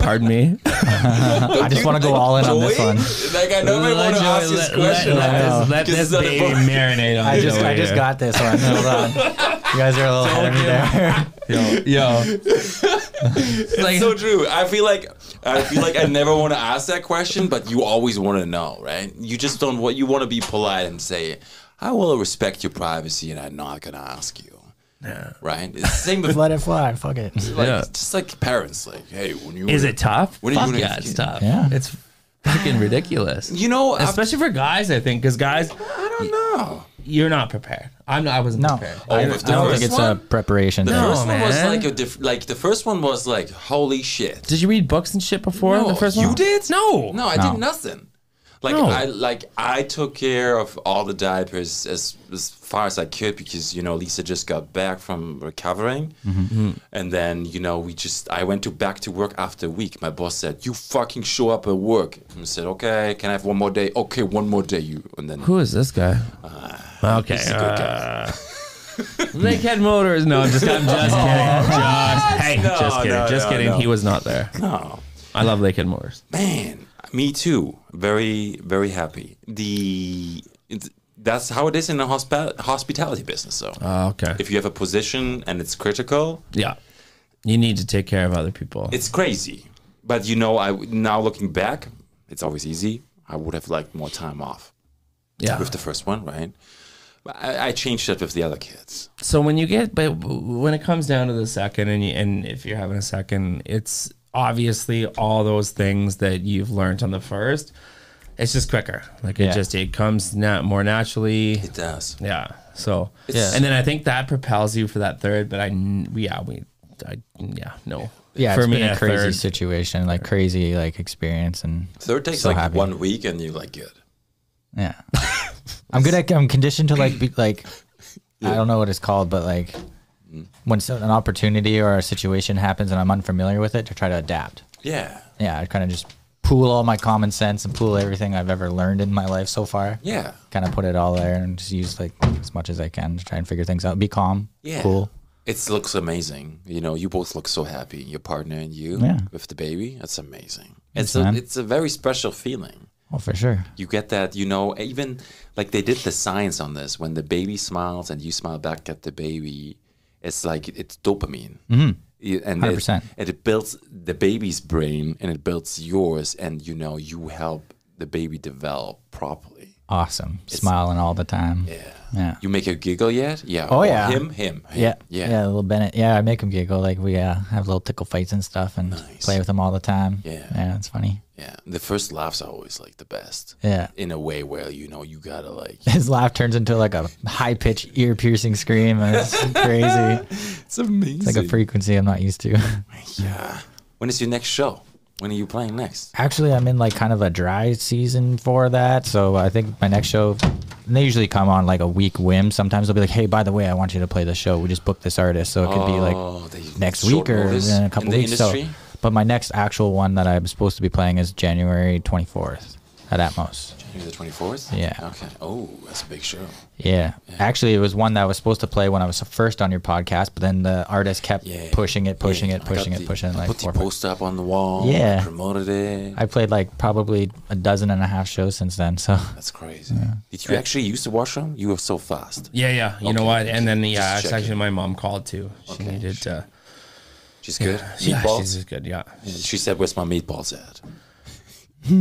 pardon me
I just want to go all in on this one.
Like I know I want to ask this question.
Let,
like
this,
this,
let
'cause
this
it's not a
baby
boy.
marinate on
I
this
just I
over
just
here.
got this one. Hold on. You guys are a little ahead of me there.
yo. it's like,
so true. I feel like I feel like I never want to ask that question, but you always want to know, right? You just don't want you want to be polite and say, "I will respect your privacy, and I'm not gonna ask you." Yeah. Right. It's the same with like,
Let it fly. Fuck it.
Yeah.
just like parents, like, "Hey, when you
is it tough?
What are you
Fuck
gonna
yeah,
ask
it's
you?
tough.
Yeah.
It's fucking ridiculous.
You know, after-
Especially for guys, I think, because guys,
I don't know.
you're not prepared. I'm not. I wasn't
No.
prepared.
Oh,
I-
with
I
the
don't
first
think it's
one?
a preparation
The
thing.
first one was
man.
like a diff- like the first one was like holy shit.
did you read books and shit before
No,
the first
you
one?
did?
No.
No, I
No.
did nothing. Like
No.
I like I took care of all the diapers as as far as I could because you know Lisa just got back from recovering,
Mm-hmm.
and then you know we just I went to back to work after a week. My boss said, "You fucking show up at work." And I said, "Okay, can I have one more day?" Okay, one more day, you. And then
Who is this guy? okay.
Uh,
uh,
he's a good guy.
Lakehead Motors. No, I'm just, I'm just kidding. Just, hey,
No,
just kidding.
no,
just
no,
kidding.
no.
He was not there.
no,
I love Lakehead Motors.
man, me too. Very very happy. The it's, that's how it is in the hospi- hospitality business, though.
Oh, okay.
if you have a position and it's critical,
Yeah. You need to take care of other people.
it's crazy. But you know, I now looking back, it's always easy. I would have liked more time off
yeah.
with the first one, right? But I, I changed it with the other kids.
So when you get, but when it comes down to the second, and you, and if you're having a second, it's obviously all those things that you've learned on the first. It's just quicker. Like it
Yeah.
just it comes nat- more naturally.
It does.
Yeah. So
It's-
and then I think that propels you for that third. But I n- yeah we I yeah no
Yeah,
for
it's been a crazy
third-
situation, like crazy like experience, and
Third takes
So
like
happy.
one week, and you're like good.
yeah, I'm good at. I'm conditioned to like be like, I don't know what it's called, but like when so, an opportunity or a situation happens and I'm unfamiliar with it, to try to adapt.
Yeah.
Yeah, I kind of just pool all my common sense and pool everything I've ever learned in my life so far.
Yeah.
Kind of put it all there and just use like as much as I can to try and figure things out. Be calm.
Yeah.
Cool.
It looks amazing. You know, you both look so happy, your partner and you
Yeah.
with the baby. That's amazing. It's a,
man.
it's a very special feeling.
Well, Oh, for sure.
You get that, you know, even like they did the science on this when the baby smiles and you smile back at the baby, it's like it's dopamine. Mm-hmm. And, it,
100%.
and it builds the baby's brain and it builds yours, and you know, you help the baby develop properly.
Awesome. Smiling all the time. Yeah. Yeah.
You make her giggle yet? Yeah.
Oh,
Or
yeah.
Him, him, him.
Yeah,
Yeah.
yeah, little Bennett. Yeah, I make him giggle. Like we uh, have little tickle fights and stuff, and play with him all the time.
Yeah.
yeah, it's funny.
Yeah, the first laughs are always like the best.
Yeah.
in a way where you know you gotta like.
His laugh turns into like a high pitched, ear piercing scream. And it's crazy.
It's amazing.
It's like a frequency I'm not used to.
yeah. When is your next show? When are you playing next?
Actually, I'm in like kind of a dry season for that, so I think my next show. And they usually come on like a week whim. Sometimes they'll be like, "Hey, by the way, I want you to play the show. We just booked this artist, so it could be like
they,
next
Oh. short
week or
notice
in a couple
the
weeks.
Industry?
So, but my next actual one that I'm supposed to be playing is January 24th at Atmos.
Maybe the twenty fourth.
Yeah.
Okay. Oh, that's a big show.
Yeah. Actually, it was one that I was supposed to play when I was first on your podcast, but then the artist kept
Yeah.
pushing it, pushing
Yeah,
it,
I got
pushing it,
the-
pushing it.
I
Like
put the
four- five-
poster up on the wall.
Yeah.
Promoted it.
I played like probably a dozen and a half shows since then. So
that's crazy. Did you actually use the washroom? You were so fast.
yeah yeah you know
Okay.
what and then yeah
Just
it's
checking.
actually my mom called too she
Okay.
needed to
She's good.
yeah
Meatballs.
she's just good yeah
she said, "Where's my meatballs at?"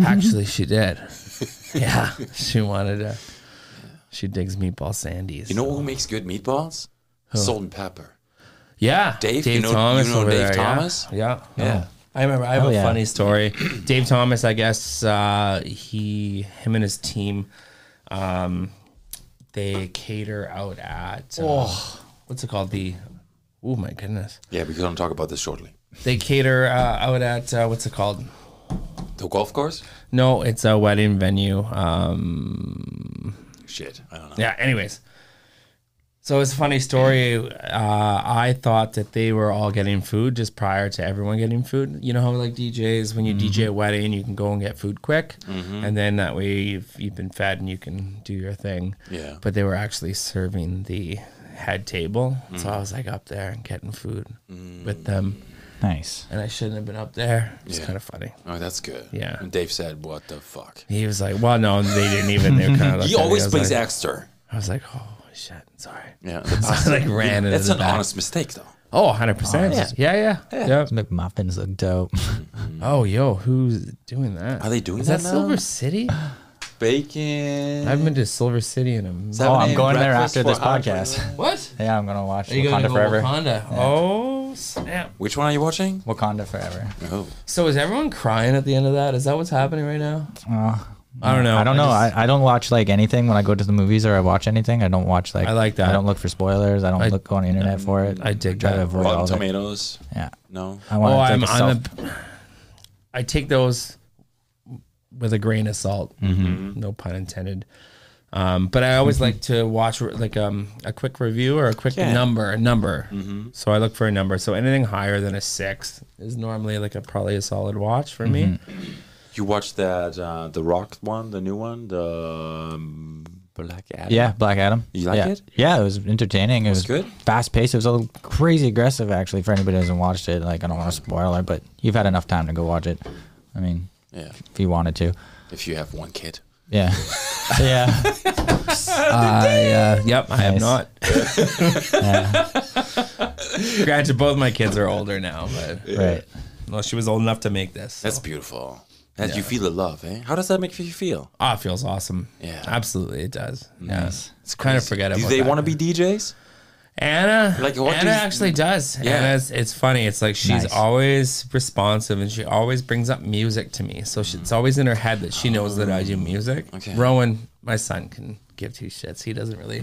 Actually, she did. yeah, she wanted to. She digs meatball sandies.
You know who makes good meatballs? Salt and pepper.
yeah,
Dave, you know- you know
over
Dave
there, yeah.
Thomas?
Yeah, oh.
Yeah.
I remember. I have
Hell
a
yeah.
funny story. Dave Thomas, I guess uh, he, him, and his team, um, they cater out at. Uh, What's it called? The. Oh my goodness!
Yeah, we're gonna talk about this shortly.
They cater uh, out at uh, what's it called?
The golf course?
No, it's a wedding venue. Um,
Shit, I don't know.
Yeah. Anyways, so it's a funny story. Uh, I thought that they were all getting food just prior to everyone getting food. You know how like DJs, when you
Mm-hmm.
DJ a wedding, you can go and get food quick, and then that way you've, you've been fed and you can do your thing.
Yeah.
But they were actually serving the head table,
Mm-hmm.
so I was like up there and getting food with them,
nice.
and I shouldn't have been up there. It's
Mm. Yeah.
kind of funny.
Oh, that's good.
Yeah.
And Dave said, "What the fuck?"
He was like, "Well, no, they didn't even." They were kind of.
He always plays
like,
extra.
I was like, "Oh shit, sorry."
Yeah,
I like ran into
That's
the
an
back.
honest mistake, though.
Oh, 100 percent. Yeah, yeah, yeah. Yep.
McMuffins look dope.
Oh, yo, who's doing that?
Are they doing
Is
that
that
now?
Silver City? I
Bacon.
haven't been to Silver City in a minute.
Oh,
7
I'm
a.m.
going there
breakfast
after this
for Andre.
podcast.
What?
yeah, I'm gonna watch
Are you going
Wakanda
to go
Forever.
Wakanda? Oh snap!
Which one are you watching?
Wakanda Forever.
Oh,
So is everyone crying at the end of that? Is that what's happening right now?
Uh,
I don't know.
I don't know.
just-
I, I don't watch like anything when I go to the movies or I watch anything. I don't watch like
I like that.
I don't look for spoilers. I don't
I-
look on the internet for it.
I dig
try to
that.
avoid all
Rotten
that.
Tomatoes.
Yeah.
No.
I
oh,
want
I'm.
to take a
I'm
self-
a, I take those with a grain of salt. Mm-hmm. No pun intended. Um, but I always like to watch re- like um, a quick review or a quick
Yeah.
number, a number. So I look for a number. So anything higher than a six is normally like a probably a solid watch for me.
You watched that uh, the Rock one, the new one, the um, Black Adam.
Yeah, Black Adam.
You like
yeah.
it?
Yeah, it was entertaining. It was,
good?
Fast paced. It was a little crazy aggressive actually for anybody who hasn't watched it. Like I don't want to spoil it, but you've had enough time to go watch it. I mean,
Yeah.
if you wanted to.
If you have one kid.
Yeah. yeah.
I, uh, yep, I have
Nice.
not. Granted, both my kids are older now, but
Right.
well, she was old enough to make this. Oh.
That's beautiful. And you feel the love, eh? How does that make you feel?
Ah, it feels awesome.
Yeah.
absolutely, it does. Yes,
It's
kind of
crazy.
forget
Do
about
they
that.
want to be DJs?
Anna,
Like, what
Anna
do you-
actually does.
Yeah.
Anna's, it's funny. It's like she's
Nice.
always responsive and she always brings up music to me. So she, it's always in her head that she knows that I do music.
Oh, Okay.
Rowan, my son, can give two shits. He doesn't really.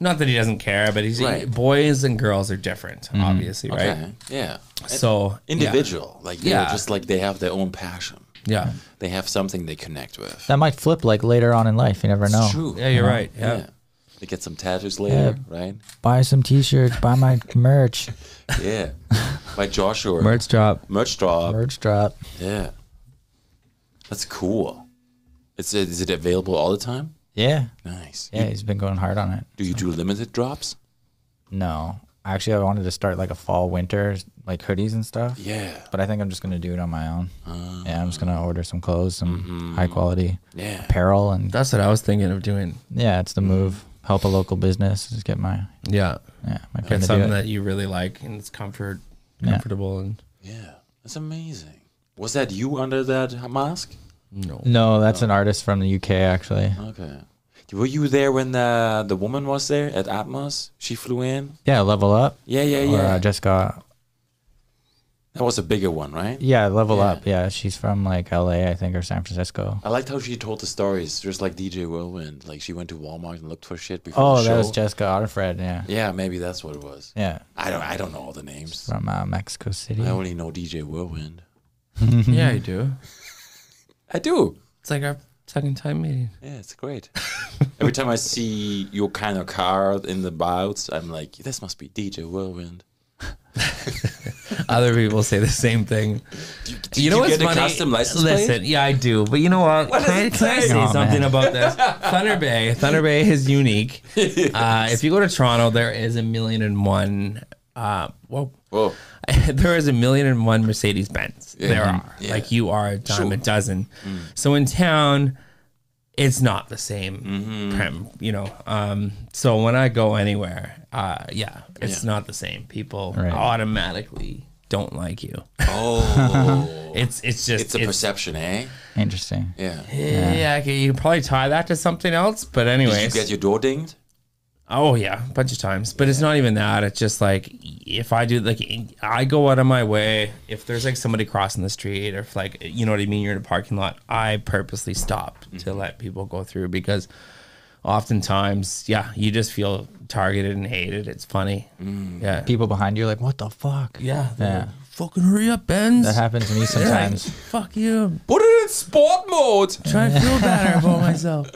Not that he doesn't care, but he's
Mm. Right.
boys and girls are different,
Mm-hmm.
obviously, right?
Okay. Yeah.
So yeah.
Individual. Like they're
Yeah.
just like they have their own passion.
yeah,
They have something they connect with.
That might flip like later on in life. You never know.
It's true.
yeah,
Uh-huh.
you're right. Yeah.
Yeah. They get some tattoos later, right?
Buy some T-shirts. buy my merch.
Yeah. By Joshua.
Merch drop.
Merch drop.
Merch drop.
Yeah. That's cool. It's is it available all the time?
Yeah.
Nice.
Yeah, he's been going hard on it.
Do you do limited drops?
No, actually, I wanted to start like a fall winter like hoodies and stuff.
Yeah.
But I think I'm just gonna do it on my own.
Ah.
yeah, I'm just gonna order some clothes, some
Mm-hmm.
high quality
Yeah.
apparel, and
That's what I was thinking of doing.
yeah, it's the
Mm-hmm.
move. Help a local business. Just get my
Yeah,
yeah my friend to do
get something
it.
that you really like and it's comfort,
Yeah.
comfortable, and
Yeah. That's amazing. Was that you under that mask?
no.
no, that's an artist from the UK actually.
Oh.
Okay. Were you there when the the woman was there at Atmos? She flew in.
Yeah, level up.
Yeah, yeah,
Or
yeah.
uh, Jessica.
that was a bigger one, right?
Yeah, level
Yeah.
up. Yeah, she's from like LA, I think, or San Francisco.
I liked how she told the stories, just like DJ Whirlwind. Like she went to Walmart and looked for shit before
Oh,
the show.
that was Jessica Otterfred. Yeah,
yeah, maybe that's what it was.
yeah,
I don't. I don't know all the names.
from uh, Mexico City.
I only know DJ Whirlwind.
Mm-hmm.
yeah, I do.
I do.
It's like our second time meeting.
Yeah, it's great. Every time I see your kind of car in the bouts, I'm like, this must be DJ Whirlwind.
Other people say the same thing.
Do, do you, get a custom license plate?
Listen, yeah, I do. But you know what?
What
can, I-
does it
can I
say?
say
Aw,
something
man.
about this? Thunder Bay. Thunder Bay is unique. Uh, if you go to Toronto, there is a million and one. Uh, whoa.
Whoa.
there is a million and one Mercedes Benz.
Yeah.
There are.
Yeah.
Like you are a dime
Sure. Mm.
a dozen. So in town, it's not the same.
Mm-hmm.
prem- you know, um, so when I go anywhere, uh, yeah, it's
Yeah.
not the same. People
Right.
automatically don't like you.
Oh.
It's it's just
it's a perception, eh?
Interesting.
Yeah.
Yeah, okay, you can probably tie that to something else. But
Did you
anyways,
get your door dinged?
oh yeah, a bunch of times. But it's not even that. It's just like if I do like I go out of my way. If there's like somebody crossing the street, or if like you know what I mean, you're in a parking lot. I purposely stop to let people go through because oftentimes, yeah, you just feel targeted and hated. It's funny. Yeah,
People behind you are like, what the fuck?
yeah,
Yeah.
yeah. Fucking hurry up, Benz.
That happened to me sometimes.
Fuck you.
Put it in sport mode.
Try to feel better about myself.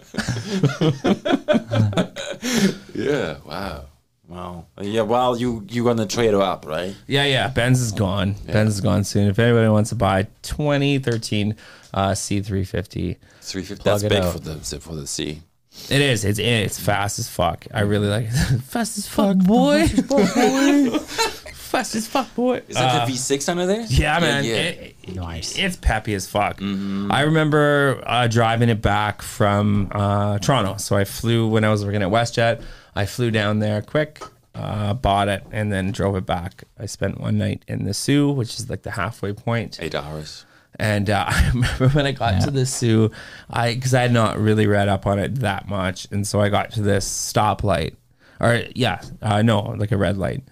Yeah. Wow. Wow. Yeah. Well, you you gonna trade her up, right?
Yeah, yeah. Benz is gone. Benz is gone soon. If anybody wants to buy 2013 uh, C350,
Three fifty.
Plug
That's
it
big
out.
for the for the C.
it is. It's it's fast as fuck. I really like it. fast as fuck, boy. fast as fuck, boy.
Is that the V six under there?
Yeah, man.
Uh, Yeah.
It,
Nice.
It's peppy as fuck. I remember uh, driving it back from uh, Toronto. So I flew when I was working at WestJet. I flew down there quick, uh, bought it, and then drove it back. I spent one night in the Sioux, which is like the halfway point.
Eight hours.
And uh, I remember when I got to the Sioux, I because I had not really read up on it that much, and so I got to this stoplight, or yeah, uh, no, like a red light,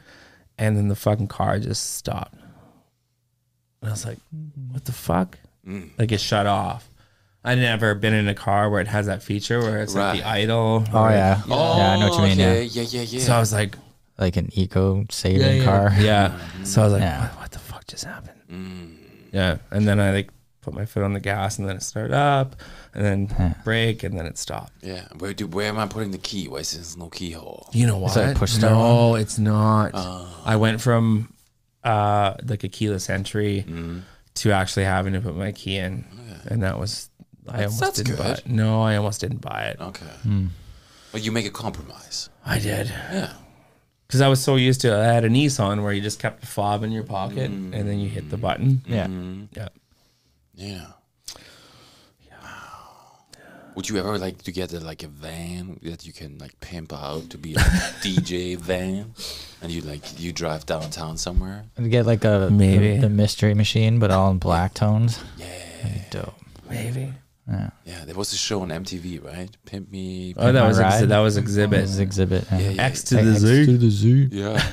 and then the fucking car just stopped, and I was like, "What the fuck?" Like it shut off. I never been in a car where it has that feature where it's like the
Right.
idle.
Oh yeah. yeah, I know what you mean.
Oh, Okay.
Yeah.
Yeah. Yeah. Yeah.
So I was like,
Like an eco saving car.
yeah. So I was like,
Yeah.
what, what the fuck just happened? Yeah. And then I like put my foot on the gas and then it started up and then brake and then it stopped.
yeah. Where do where am I putting the key? Why is there no keyhole?
You know what?
that a push start
no, it's not. Uh. I went from uh, like a keyless entry to actually having to put my key in. And that was, I almost
that's
didn't buy
good.
it. No, I almost didn't buy it.
Okay.
Hmm.
But you make a compromise.
I did.
Yeah.
Because I was so used to I had a Nissan where you just kept the fob in your pocket and then you hit the button.
Yeah.
Yeah.
Yeah. Would you ever like to get a, like a van that you can like pimp out to be like a DJ van, and you like you drive downtown somewhere?
And get like a
Maybe.
the mystery machine, but all in black tones.
Yeah.
Dope.
Maybe.
Yeah, there was a show on MTV, right? Pimp Me.
Oh, that was
Alright.
exhi- that was exhibit.
This exhibit.
Yeah,
Yeah.
yeah.
X to the Z.
the zoo.
Yeah.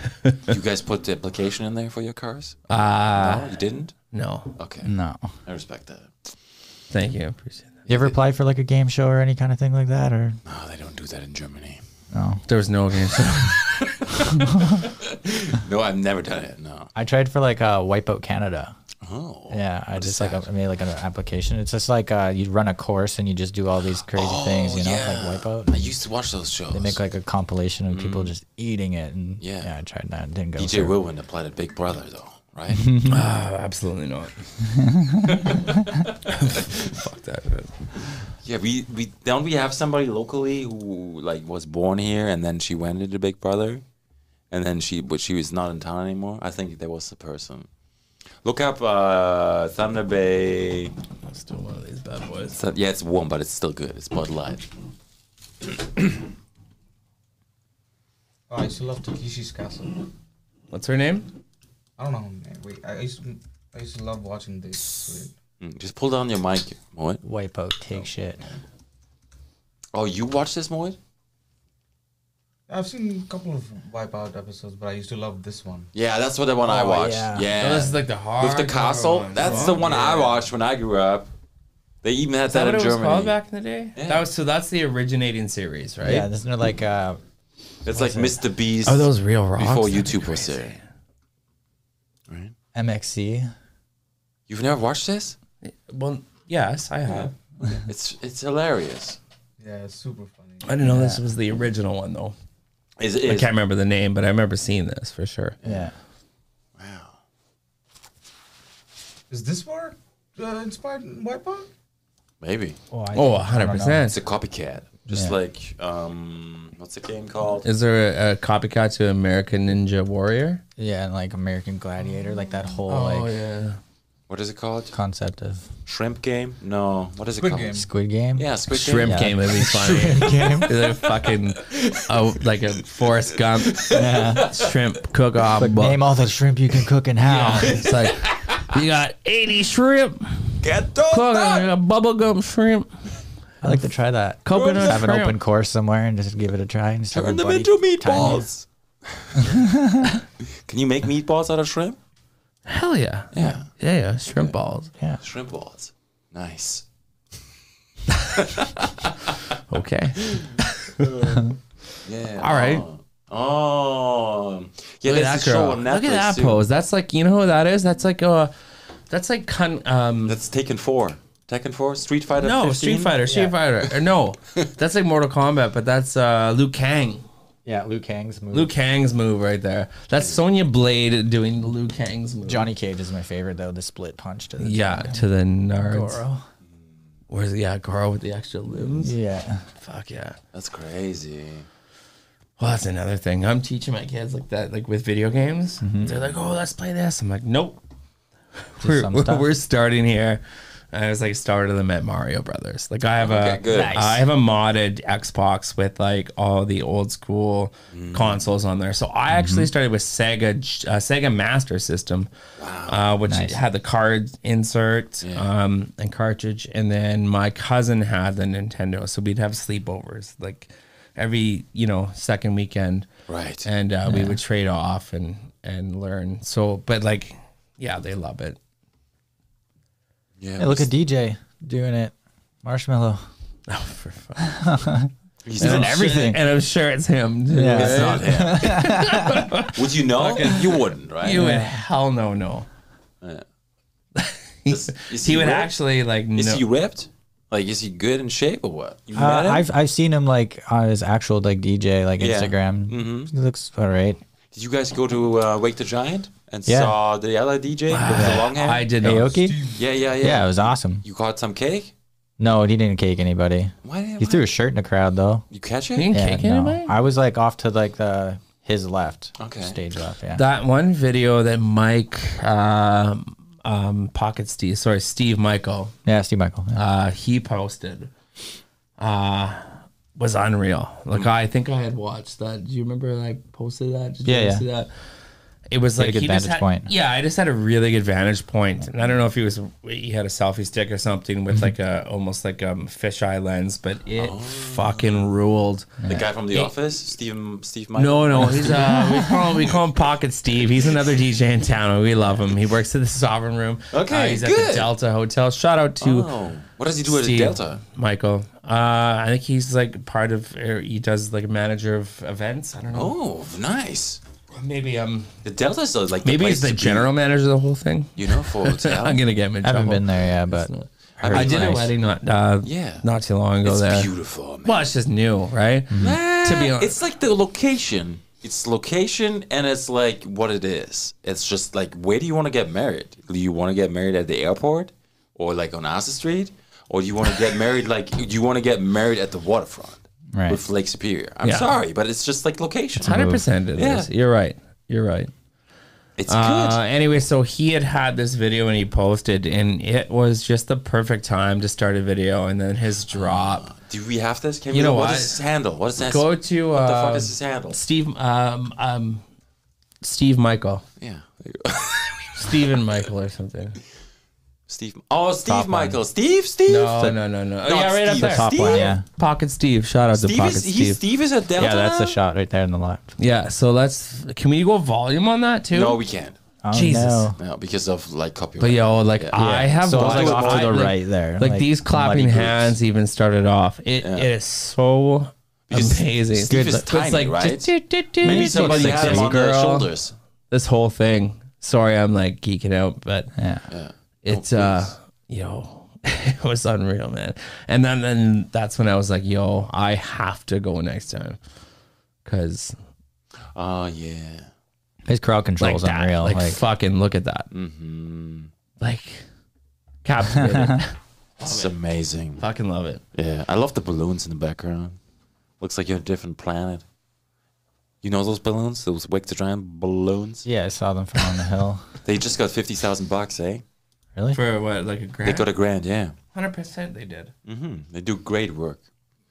you guys put the application in there for your cars?
Uh,
Ah,
no, you didn't?
no.
Okay.
No.
I respect that.
Thank you. I appreciate that.
You ever apply for like a game show or any kind of thing like that, or
No, Oh, they don't do that in Germany.
no?
There was no game.
No, I've never done it. No.
I tried for like uh, Wipeout Canada.
Oh.
Yeah, I just
is
like
that?
I made like an application. It's just like uh, you run a course and you just do all these crazy things, you know,
I
like Wipeout.
used to watch those shows.
They make like a compilation of people just eating it, and
Yeah.
yeah, I tried that. It didn't go.
DJ
through.
Wilwin applied at Big Brother, though, right?
Ah, absolutely not. Fuck that.
yeah, we, we don't we have somebody locally who like was born here and then she went into Big Brother, and then she but she was not in town anymore. I think there was a person. Look up uh, Thunder Bay.
Let's do one of these bad boys.
Thun- yeah, it's warm, but it's still good. It's Bud Light.
Oh, I used to love Takeshi's Castle.
What's her name?
I don't know, man. Wait, I used to, I used to love watching this. Wait.
Mm, Just pull down your mic, Moet.
Wipeout, take shit.
Oh, you watch this, Moet?
I've seen a couple of Wipeout episodes, but I used to love this one.
Yeah, that's what the one I
Oh,
watched.
yeah.
Yeah,
Oh, this is like the hard.
with the castle. That's the one I watched when I grew up. They even had that,
what
in
it was
Germany.
called back in the day?
Yeah.
That was so. That's the originating series, right?
Yeah, this is like uh,
It's like Mr. Beast
Are Oh, those real rocks?
before
That'd be
YouTube was
crazy.
there. Right?
MXC.
You've never watched this?
Well, yes, I have.
It's it's hilarious.
Yeah, it's super funny.
I didn't know this was the original one though.
Is
I
is
can't remember the name, but I remember seeing this for sure.
Yeah.
wow.
Is this war uh, inspired Wipeout?
Maybe.
Well, I,
Oh, 100
It's a
percent.
copycat. Just
Yeah.
like um what's the game called?
Is there a, a copycat to American Ninja Warrior?
Yeah, and like American Gladiator, like that whole like
Oh, yeah.
What is it called?
concept of
Shrimp game? No. What is it
Squid
called?
Game.
Squid Game.
Yeah, Squid
Shrimp
Game.
Yeah.
game would be funny. Is it a fucking oh, like a Forrest Gump shrimp cook off?
Name all the shrimp you can cook and how.
it's like you got 80 shrimp,
Get those
cook,
nuts!
uh, bubblegum shrimp,
I'd like to try that.
coconut
Ah! Have an
shrimp.
open course somewhere and just give it a try and see
Turn them
everybody-
into meatballs. Can you make meatballs out of shrimp?
Hell yeah.
Yeah.
Yeah, yeah. Shrimp balls.
Yeah.
Shrimp balls. Nice.
Okay.
Yeah.
All right.
Oh. Yeah,
Look at
there's
that
a show
girl.
on Netflix.
Look at that
too.
pose. That's like, you know who that is? That's like, uh, that's like, con- um,
That's Taken 4. Taken 4? Street Fighter
no,
15?
Street Fighter, Street Fighter. Or no, that's like Mortal Kombat, but that's, uh, Liu Kang.
Yeah, Liu Kang's movie.
Liu Kang's move right there. That's Sonya Blade doing Liu Kang's move.
Johnny Cage is my favorite though. The split punch to the
Yeah, to the nerds.
Goro.
Where's yeah, Goro with the extra limbs?
Yeah.
Fuck yeah.
That's crazy.
Well, that's another thing. I'm teaching my kids like that, like with video games.
Mm-hmm.
They're like, "Oh, let's play this." I'm like, "Nope, we're,
some
we're,
stuff.
we're starting here." And I was like, started them at Mario Brothers. Like, I have a,
Okay, good. Nice.
I have a modded Xbox with like all the old school consoles on there. So I actually started with Sega, J- uh, Sega Master System, uh, which had the card insert um, and cartridge, and then my cousin had the Nintendo. So we'd have sleepovers, like every you know second weekend
Right.
and uh, we would trade off and and learn so but like yeah they love it
yeah.
Hey, look at DJ doing it. Marshmallow.
oh for fun
he's
And
not,
everything.
and i'm sure it's him too.
Yeah.
it's not him. Would you know? You wouldn't, right?
you would hell no no
Yeah.
he,
Is- is
he
he
would
ripped?
actually like
Is
no
he ripped? Like, is he good in shape or what? You met
Uh,
him?
I've I've seen him like on his actual like DJ like
Yeah.
Instagram. Mm-hmm. He looks all right.
Did you guys go to uh, Wake the Giant and
Yeah.
saw the other DJ with the long hair?
i did not
Aoki.
yeah, yeah, yeah.
Yeah, it was awesome.
you caught some cake?
No, he didn't cake anybody.
Why did
He
why-
threw a shirt in the crowd though.
You catch
You
it?
didn't
Yeah,
kick
no.
anybody?
I was like off to like the his left.
Okay.
Stage left. Yeah.
that one video that mike um um pocket steve sorry steve michael
yeah, Steve Michael. Yeah.
uh, he posted uh, was unreal. Like I think I had watched that. Do you remember I posted that? Did you
Yeah,
guys
yeah.
see that? it was
Had a
like
good
he just
vantage
had-
point.
Yeah, I just had a really good vantage point, and I don't know if he was he had a selfie stick or something with like a almost like um fisheye lens, but it fucking ruled.
The guy from The Office, Steve Steve
No,
Michael.
no, he's uh, we call him, we call him Pocket Steve. He's another DJ in town, and we love him. He works at the Sovereign Room.
Okay,
Uh, he's at
good.
the Delta Hotel. Shout out to
Oh, what does he do at
Steve,
Delta?
Michael. Uh, I think he's like part of. Or he does like a manager of events. I don't know.
Oh, nice.
Maybe um,
The Delta is uh, like
maybe
Oh. the
he's
place
the
to be,
general manager of the whole thing.
you know, for hotel.
I'm gonna get him in
I
trouble.
haven't been there yet, but
I mean,
I did a
like,
wedding not uh,
Yeah.
not too long ago
It's
there.
beautiful. Man.
Well, it's just new, right?
to
Mm-hmm.
be
be
honest.
honest, it's like the location. It's location and it's like what it is. It's just like where do you want to get married? Do you want to get married at the airport or like on Asa Street, or you want to get married like you want to get married at the waterfront
Right.
with Lake Superior? I'm
Yeah.
sorry, but it's just like location.
Hundred percent it
Yeah.
is. You're right. You're right.
It's
Uh,
good.
anyway, so he had had this video and he posted, and it was just the perfect time to start a video. And then his drop.
Do we have this? Can
you
we,
know
what
what?
is his handle? What is that?
Go to
what the
uh,
fuck is his handle?
Steve. Um, um, Steve Michael.
Yeah.
Steven Michael or something.
Steve. Oh, Steve
Top one.
Michael. Steve. Steve.
No, no, no, no. Oh,
No,
yeah, right
Steve.
up there.
top
Steve?
one, yeah,
Pocket Steve. Shout out to
Steve
Pocket
is
Steve.
he's Steve is at Delta.
yeah, that's the
now?
shot right there in the left.
Yeah. So let's. Can we go volume on that too?
No, we can't.
Oh,
Jesus.
no.
No, because of like copyright.
But yo, like I have
So it's
watched-
like off to
I-
the
like-
right there,
Like,
like
these
the
clapping
muddy boots.
hands even started off. It, it is so
Because
amazing.
Steve is
But it's
tiny,
like,
right?
just do, do, do,
maybe
do,
somebody
do,
had him
do,
on their
girl.
shoulders.
This whole thing. Sorry, I'm like geeking out, but
Yeah.
it's uh, yo, it was unreal, man. And then then that's when I was like, yo, I have to go next time, because
Oh yeah.
His crowd control
like
is
that,
unreal.
like,
Like, Mm-hmm.
fucking look at that, like captivated.
It's amazing.
fucking love it.
Yeah. I love the balloons in the background. Looks like you're on a different planet. You know those balloons? Those Wake the Giant balloons?
yeah, I saw them from on the hill.
They just got 50,000 bucks, eh?
Really?
For what, like
They
a grand?
got a grand, yeah.
Hundred percent, they did.
Mm, They do great work.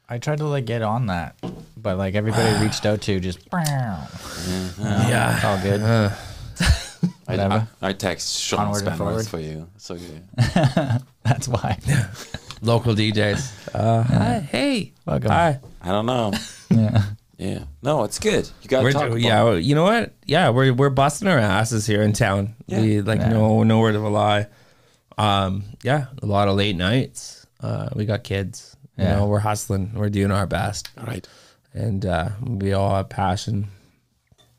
I tried to like get on that, but like everybody reached out to just.
Mm-hmm.
Oh,
Yeah.
It's all good.
I,
Whatever.
I, I text Sean
Onward and forward.
Spenrose for you. So good.
That's why.
Local DJs. Uh, hi, hey,
Welcome.
hi.
I don't know.
Yeah.
Yeah. No, it's good. You got
We're,
to talk about it.
yeah, you know what? Yeah, we're we're busting our asses here in town.
Yeah.
We like no no word of a lie. Um, yeah, a lot of late nights. Uh, we got kids. You
Yeah.
know, we're hustling. We're doing our best,
All right.
and uh, we all have passion.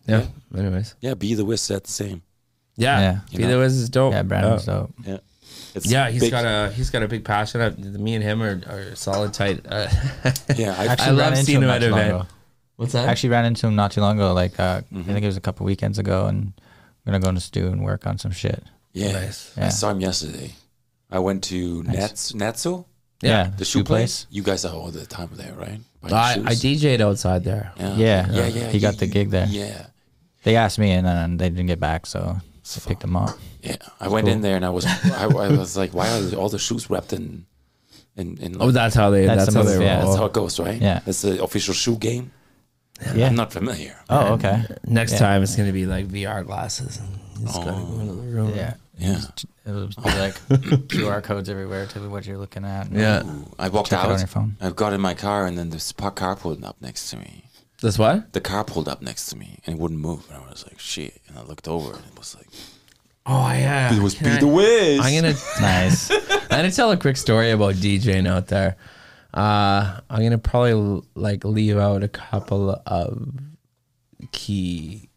Yeah. Anyways.
Yeah, Be the Wiz said the same.
Yeah.
Yeah.
Either was is dope.
Yeah,
Uh,
Brandon's dope.
Yeah. It's
Yeah, he's
big-
got a he's got a big passion. Uh, me and him are, are solid tight. Uh,
Yeah, I,
Actually
I
ran
love
into
seeing
him
him
not
at
too
an
long
event. Mm-hmm.
ago.
What's that?
Actually ran into him not too long ago. Like uh, I think it was a couple weekends ago, and I'm gonna go into Stu and work on some shit.
yeah.
Nice.
I
Yeah.
saw him yesterday. I went to Nats, Natsu,
Yeah,
the shoe place. You guys are all the time there, right? Buying
I,
shoes?
I DJ'd outside there.
Yeah.
Yeah. Uh,
yeah,
He
yeah.
got the gig there.
Yeah,
They asked me, and then they didn't get back, so I picked him up.
yeah. I went in there and I was, I, I was like, why are all the shoes wrapped in, in, in
Oh, that's how they. That's,
That's the
how they
move,
roll.
yeah.
that's how it goes, right?
oh. Yeah.
that's the official shoe game.
Yeah.
I'm not familiar.
Oh, okay.
Next
Yeah.
time it's gonna be like VR glasses. And it's gotta go into the room.
Yeah.
Yeah,
It was like QR codes everywhere to what you're looking at.
Yeah.
I walked
Check it
out.
on your phone.
I got in my car and then this pa- car pulled up next to me.
That's what?
The car pulled up next to me and it wouldn't move. And I was like, shit. And I looked over and it was like,
Oh yeah.
it was
Can
Be
I-
the Wiz.
I'm gonna
Nice.
I'm gonna tell a quick story about DJing out there. Uh, I'm gonna probably like leave out a couple of key.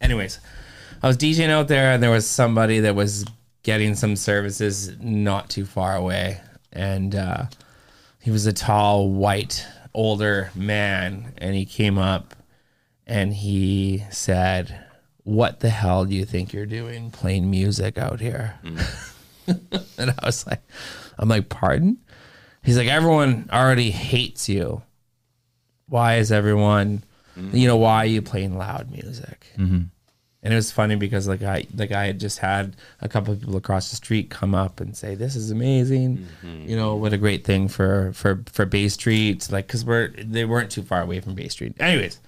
Anyways, I was DJing out there, and there was somebody that was getting some services not too far away, and uh, he was a tall, white, older man, and he came up and he said, "What the hell do you think you're doing playing music out here?" And I was like, I'm like, pardon? He's like, everyone already hates you. Why is everyone, you know, why are you playing loud music? And it was funny because like I like I had just had a couple of people across the street come up and say, "This is amazing," you know, what a great thing for for for Bay Street, like because we're they weren't too far away from Bay Street. Anyways,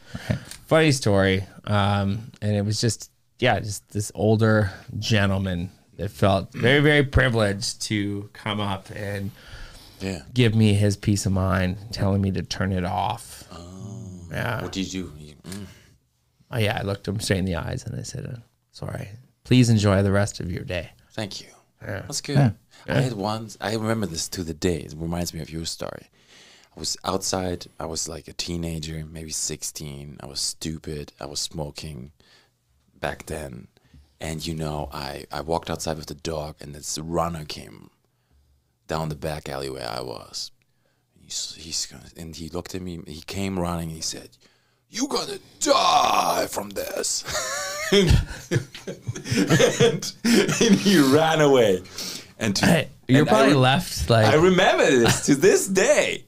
funny story, um, and it was just yeah, just this older gentleman that felt very, very privileged to come up and
Yeah.
give me his peace of mind, telling me to turn it off. Yeah.
What do you do? You- mm.
Oh, yeah, I looked him straight in the eyes and I said, uh, "Sorry, please enjoy the rest of your day."
Thank you. That's good. I had once, I remember this to the day. It reminds me of your story. I was outside. I was like a teenager, maybe 16. I was stupid. I was smoking back then. And, you know, I, I walked outside with the dog, and this runner came down the back alleyway I was. He's, he's gonna, and he looked at me. He came running. And he said, "You're gonna die from this." and, and, he ran away. And to,
You're
and I
probably
re-
left like.
I remember this to this day.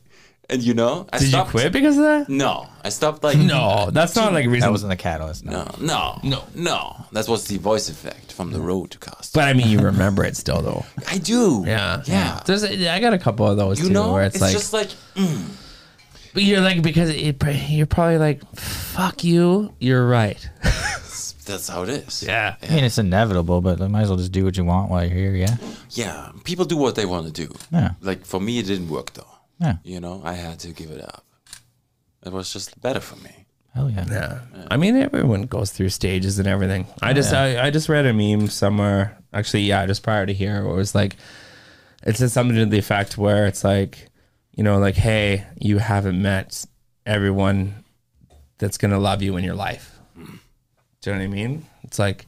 And you know, I
did you
stopped.
quit because of that?
No, I stopped
Mm-hmm.
like
No, that's not like a reason.
That wasn't the catalyst. No.
no, no, no, no. That was the voice effect from the road to cast.
but I mean, you remember it still though.
I do.
Yeah,
yeah.
There's, a, I got a couple of those
You
too,
know,
where
it's,
it's, like,
just like
but you're like because it, pr- you're probably like, "Fuck you," you're right.
that's how it is.
Yeah.
I mean, it's inevitable, but you might as well just do what you want while you're here. Yeah.
yeah, people do what they want to do.
Yeah.
Like for me, it didn't work though.
Yeah.
You know, I had to give it up. It was just better for me.
Hell yeah.
Yeah. I mean, everyone goes through stages and everything. I just, I, I just read a meme somewhere. Actually, yeah, just prior to here, where it was like, it said something to the effect where it's like, you know, like, hey, you haven't met everyone that's gonna love you in your life. Do you know what I mean? It's like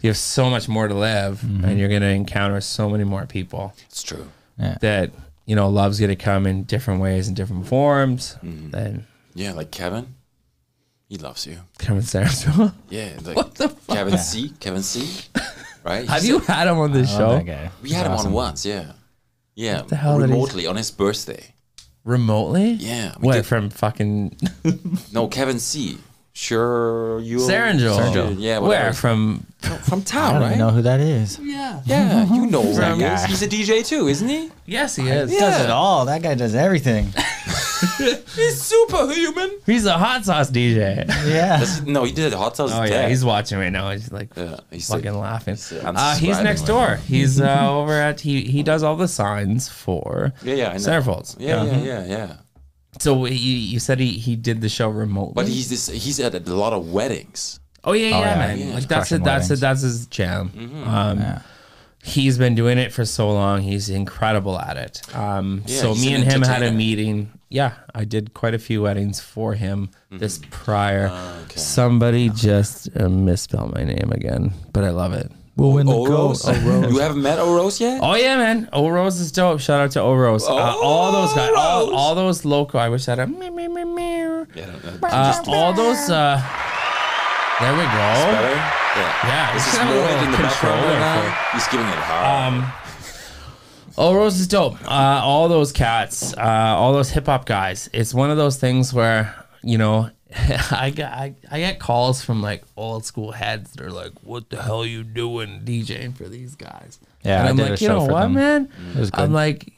you have so much more to live, and you're gonna encounter so many more people
It's true.
that you know love's gonna come in different ways and different forms. Then
Yeah, like Kevin, he loves you.
come and Sarasota.
Yeah, like what the fuck? Kevin C. Kevin C. Right?
Have
He's-
you had him on this
I
show?
love that guy.
We had him on once. Yeah, yeah.
the hell did he-
remotely on his birthday.
remotely?
Yeah, we
What
did-
from fucking
No, Kevin C. Sure, you.
Serengil?
Sure, Yeah, whatever.
Where from?
From
I
town,
don't
right?
even know who that is.
Yeah, you know who
From-
he is. He's a DJ too, isn't he?
Yes, he is.
Yeah.
Does it all. That guy does everything.
He's superhuman.
He's a hot sauce DJ.
Yeah.
Does he- No, he did hot sauce.
Oh yeah, he's watching right now. He's like
Yeah, he's
fucking
like-
laughing.
he's, uh,
uh, he's
unsubscribing
next
right
door. He's uh, over at he he does all the signs for
Yeah, yeah, I know.
Centerfolds.
yeah, yeah, yeah, yeah.
So you, you said he, he did the show remotely.
But he's this, he's at a lot of weddings.
Oh yeah, yeah,
yeah,
man.
yeah.
Like that's it.
Crushing
That's it.
weddings.
That's his jam.
Mm-hmm.
Um, He's been doing it for so long. He's incredible at it. Um,
Yeah,
so
he's
me
an
and him had a
entertainer.
meeting. Yeah, I did quite a few weddings for him
Mm-hmm.
this prior.
Ah,
Somebody just uh, misspelled my name again, but I love it.
We'll win
Oros, you haven't met Oros yet?
Oh yeah, man. Orose is dope. Shout out to Orose. Uh, all those guys, all,
Orose.
all those local. I wish I had a me me me me.
Yeah, no, no.
Uh, all those. Uh, there we go.
Better? Yeah.
Yeah,
This
we
is
should have a
Lloyd
little
in the background
controller
right now.
for- Um,
He's giving it hard.
Oh, Rose is dope. Uh, all those cats, uh, all those hip hop guys. It's one of those things where you know, I got I, I get calls from like old school heads. They're like, "What the hell you doing DJing for these guys?"
Yeah,
and
I
I'm
did
like,
a
you
show
know
for
what,
them.
man?
mm.
It was
I'm
good.
like,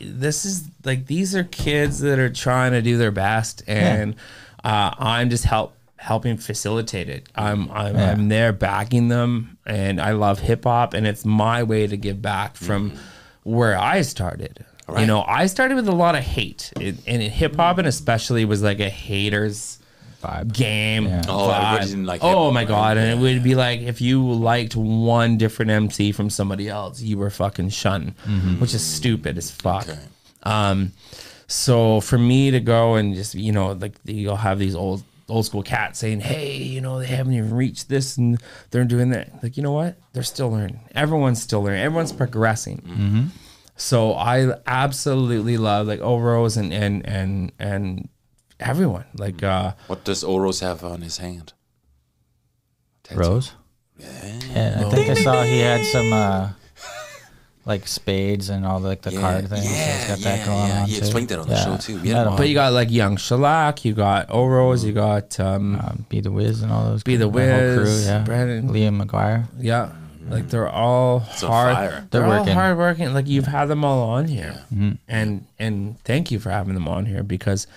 this is like these are kids that are trying to do their best, and uh, I'm just help helping facilitate it. I'm I'm,
Yeah.
I'm there backing them, and I love hip hop, and it's my way to give back from where I started. You
Right.
know, I started with a lot of hate, it, and hip hop, and especially was like a haters
Vibe.
game.
Oh, everybody
vibe.
didn't like
Oh
hip-hop,
my
right?
god! And it would be like if you liked one different MC from somebody else, you were fucking shunned, which is stupid as fuck.
Mm-hmm. Okay.
Um, so for me to go and just you know like you'll have these old old school cats saying, hey, you know they haven't even reached this and they're doing that. Like you know what? They're still learning. Everyone's still learning. Everyone's progressing.
Mm-hmm.
So I absolutely love like Oros and and and and everyone like uh
What does Oros have on his hand? Tattoo.
Rose. Yeah. I think I saw he had some uh, like spades and all the, like the
Yeah,
card things.
yeah,
He's got
yeah,
that going
yeah.
on
He
too.
explained that on the show, too. We had
I
him
don't
on.
But you got like Young Shellac, you got Oros, you got um,
know. Be the Wiz and all those.
Be the
that whole crew,
Wiz,
yeah.
Brandon.
Liam McGuire.
yeah, like they're all
on
hard.
fire.
They're,
They're
all
working. Mm-hmm.
hard working. Like you've had them all on here, and and thank you for having them on here because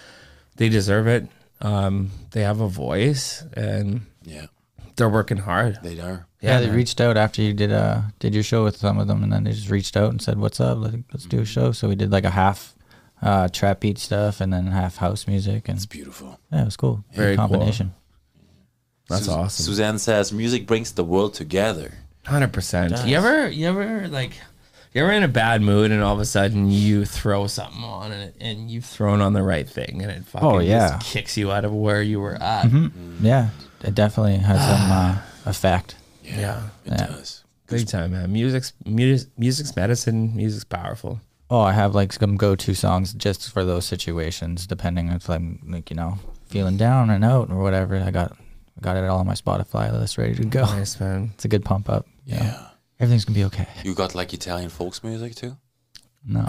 they deserve it. Um, they have a voice, and
Yeah.
They're working hard.
They are.
Yeah, they
man.
reached out after you did uh did your show with some of them, and then they just reached out and said, "What's up? Let's, let's do a show." So we did like a half uh, trap beat stuff, and then half house music, and
It's beautiful.
yeah, it was cool.
Very
Good combination.
That's
Sus-
awesome.
Suzanne says music brings the world together.
Hundred percent. You ever, you ever like, you ever in a bad mood and all of a sudden you throw something on and, it- and you've thrown on the right thing and it fucking
Oh, yeah.
just kicks you out of where you were at.
Hmm. Yeah, it definitely has some uh, effect.
Yeah.
It does.
big time, man. Music's music, music's medicine. Music's powerful.
Oh, I have like some go-to songs just for those situations, depending if I'm like you know feeling down and out or whatever. I got got it all on my Spotify list, ready to go.
Nice man.
It's a good pump up.
Yeah.
Everything's gonna be okay.
You got like Italian folks music too?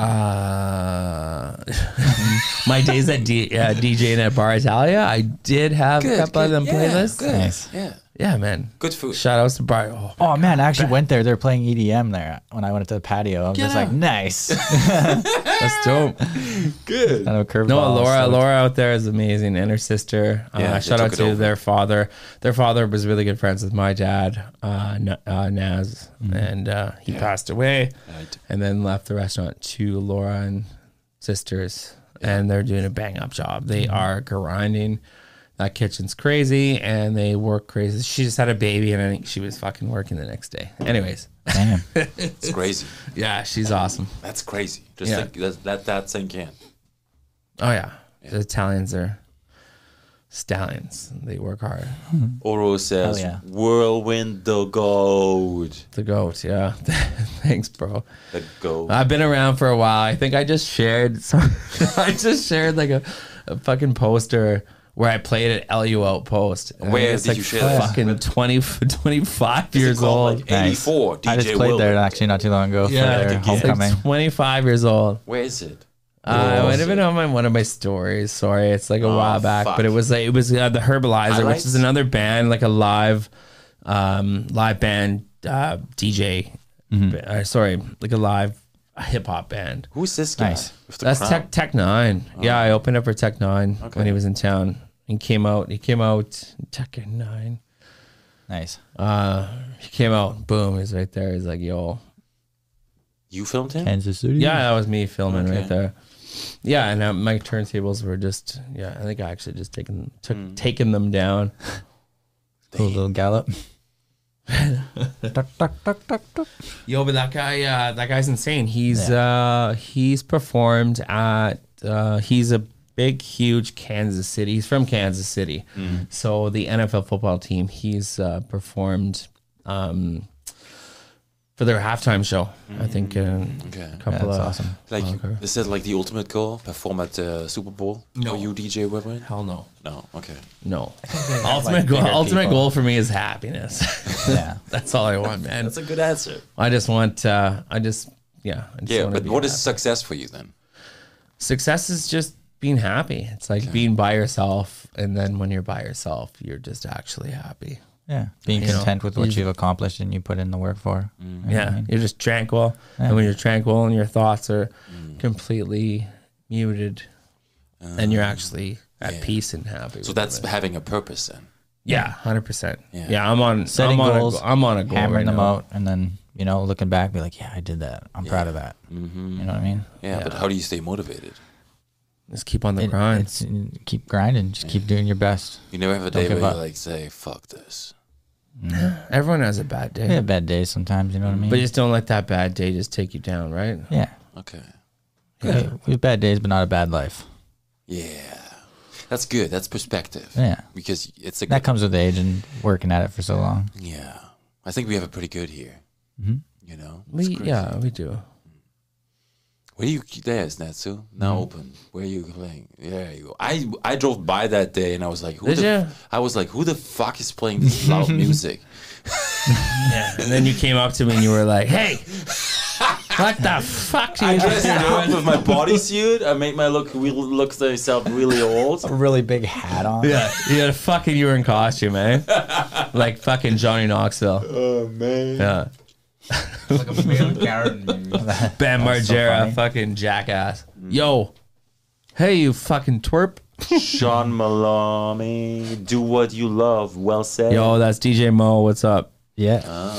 Uh, my days at D, uh, DJing at Bar Italia, I did have a couple of them
yeah,
playlists.
Good.
Nice.
Yeah.
Yeah, man.
Good food.
Shout outs to Bar. Oh,
Oh man, I actually went there. They're playing EDM there when I went to the patio. I'm just like, nice.
that's dope.
Good.
kind of a curveball.
No, Laura,
so-
Laura out there is amazing, and her sister. Uh,
Yeah, they
shout
took
out
it
to
over.
their father. Their father was really good friends with my dad, uh, N- uh, Naz, and uh, he passed away,
Mm-hmm. Right.
and then left the restaurant to Laura and sisters, and they're doing a bang up job.
Mm-hmm.
They are grinding. That kitchen's crazy, and they work crazy. She just had a baby, and I think she was fucking working the next day. Anyways,
Damn.
It's crazy.
yeah, she's awesome.
That's crazy. Just
Yeah.
like that, that that sink in.
Oh yeah, the Italians are stallions. They work hard.
Oro says
yeah.
whirlwind the gold.
The goat, yeah. Thanks, bro.
The gold.
I've been around for a while. I think I just shared some I just shared like a, a fucking poster where I played an LU out post. And
Where
it's
did
like
you share this?
fucking 20, 25
Is it
years
called,
old.
Like
Nice.
84 DJ
I just played there actually not too long ago
Yeah,
for their
like it's like
homecoming.
25 years old.
Where is it?
Uh, it
was
might have been
it?
on my, one of my stories. Sorry, it's like a while back,
Oh, fuck.
but it was like it was uh, the Herbalizer, which
Highlights?
is another band, like a live, um, live band uh, DJ.
Mm-hmm.
Uh, sorry, like a live hip hop band.
Who's this guy?
Nice.
With the
That's
crown?
Tech Tech Nine. Yeah, I opened up for Tech Nine
Oh. Okay.
when he was in town. He came out. He came out. Tech Nine.
Nice.
He came out. Boom. He's right there. He's like, yo.
You filmed him?
Kansas City.
Yeah, that was me filming
Okay.
right there. Yeah, and uh, my turntables were just. Yeah, I think I actually just taken took taking them down.
Cool little gallop. duck, duck, duck, duck, duck.
Yo, but that guy, uh, that guy's insane. He's uh, he's performed at. Uh, he's a big, huge Kansas City. He's from Kansas City, so the NFL football team. He's uh, performed um, for their halftime show. I think in
Okay.
a couple
That's
of
awesome.
Like, is it like the ultimate goal? Perform at the Super Bowl? For you, DJ Whitman?
hell no.
No. Okay.
No, ultimate
bigger
goal. Ultimate
people.
goal for me is happiness.
Yeah.
That's all I want, man.
That's a good answer.
I just want. Uh, I just yeah. I just
Yeah,
wanna
but
be
what is
happy.
success for you then?
success is just being happy. It's like being by yourself, and then when you're by yourself, you're just actually happy.
Yeah. Being
You know,
content with what
you-
you've accomplished and you put in the work for.
Yeah, you're just tranquil, and when you're tranquil, and your thoughts are
Mm.
completely muted, and you're actually at peace and happy.
Um, So that's having a purpose then.
yeah, hundred percent.
Yeah.
Yeah, I'm on.
Setting
I'm on
goals,
A, go- I'm on a goal
Hammering
right
them
now.
out and then, you know, looking back, be like, yeah, I did that. I'm proud of that.
Mm-hmm.
You know what I mean?
Yeah, but how do you stay motivated?
Just keep on the
It-
grind.
it's, keep grinding. Just keep doing your best.
You never have a day
give
where you
up.
like say, fuck this.
Everyone has a bad day,
We have bad days sometimes. You know what I mean?
but just don't let that bad day just take you down, right?
yeah.
Okay.
yeah. We have bad days, but not a bad life.
Yeah. That's good. That's perspective.
Yeah.
Because it's a
That
good,
comes with age and working at it for so long.
yeah. I think we have it pretty good here. Mm-hmm. You know? It's
We
crazy.
yeah, we do.
Where you there's Natsu now open. Where you playing? There you go. I I drove by that day and I was like, who
Did
the
ya?
f- I was like, who the fuck is playing this loud music?
Yeah. And then you came up to me and you were like, hey, what the fuck do
I
you
dressed up with my bodysuit. I made my look we look myself really old.
A really big hat on.
Yeah, you had a fucking, you were in costume, eh? like fucking Johnny Knoxville.
Oh man.
Yeah.
like a male Karen. maybe.
Bam
so
Margera,
funny.
Mm. fucking jackass. Yo, hey, you fucking twerp.
Sean Maloney, do what you love. Well said.
Yo, that's DJ Mo. What's up?
Yeah,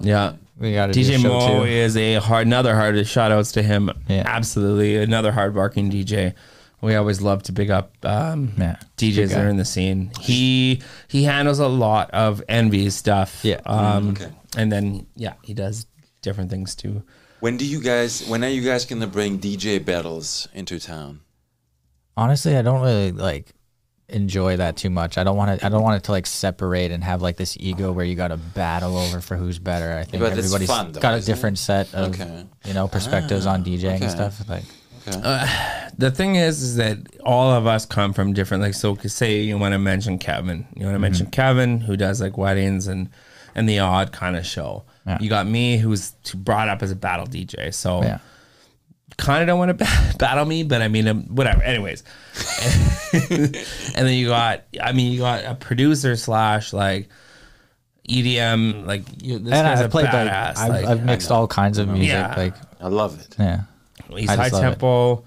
Yeah.
we got to do a
DJ
show
Mo
too.
is a hard, another hard shout outs to him.
Yeah.
Absolutely. Another hard barking DJ. We always love to big up um,
Yeah,
DJs
good
that
guy.
are in the scene. He he handles a lot of Envy's stuff.
Yeah.
Um,
Okay.
And then, yeah, he does different things too.
When do you guys? When are you guys gonna bring DJ battles into town?
Honestly, I don't really like enjoy that too much. I don't want to. I don't want it to like separate and have like this ego where you got to battle over for who's better. I think
But it's
everybody's
fun, though,
got a
isn't it?
different set of
Okay.
you know perspectives on DJing
okay.
and stuff. Like
the thing is, is that all of us come from different. Like, so say you want to mention Kevin, you want to mention
Mm-hmm.
Kevin who does like weddings and and the odd kind of show.
Yeah.
You got me who's brought up as a battle DJ, so
yeah,
kind of don't want to battle me, but I mean, um, whatever. Anyways, and then you got, I mean, you got a producer slash like EDM, like you, this
and
guy's a
I've played like,
badass.
I've,
like,
I've mixed all kinds of music.
Yeah.
Like
I love it.
yeah,
he's
I
high
just love it.
tempo,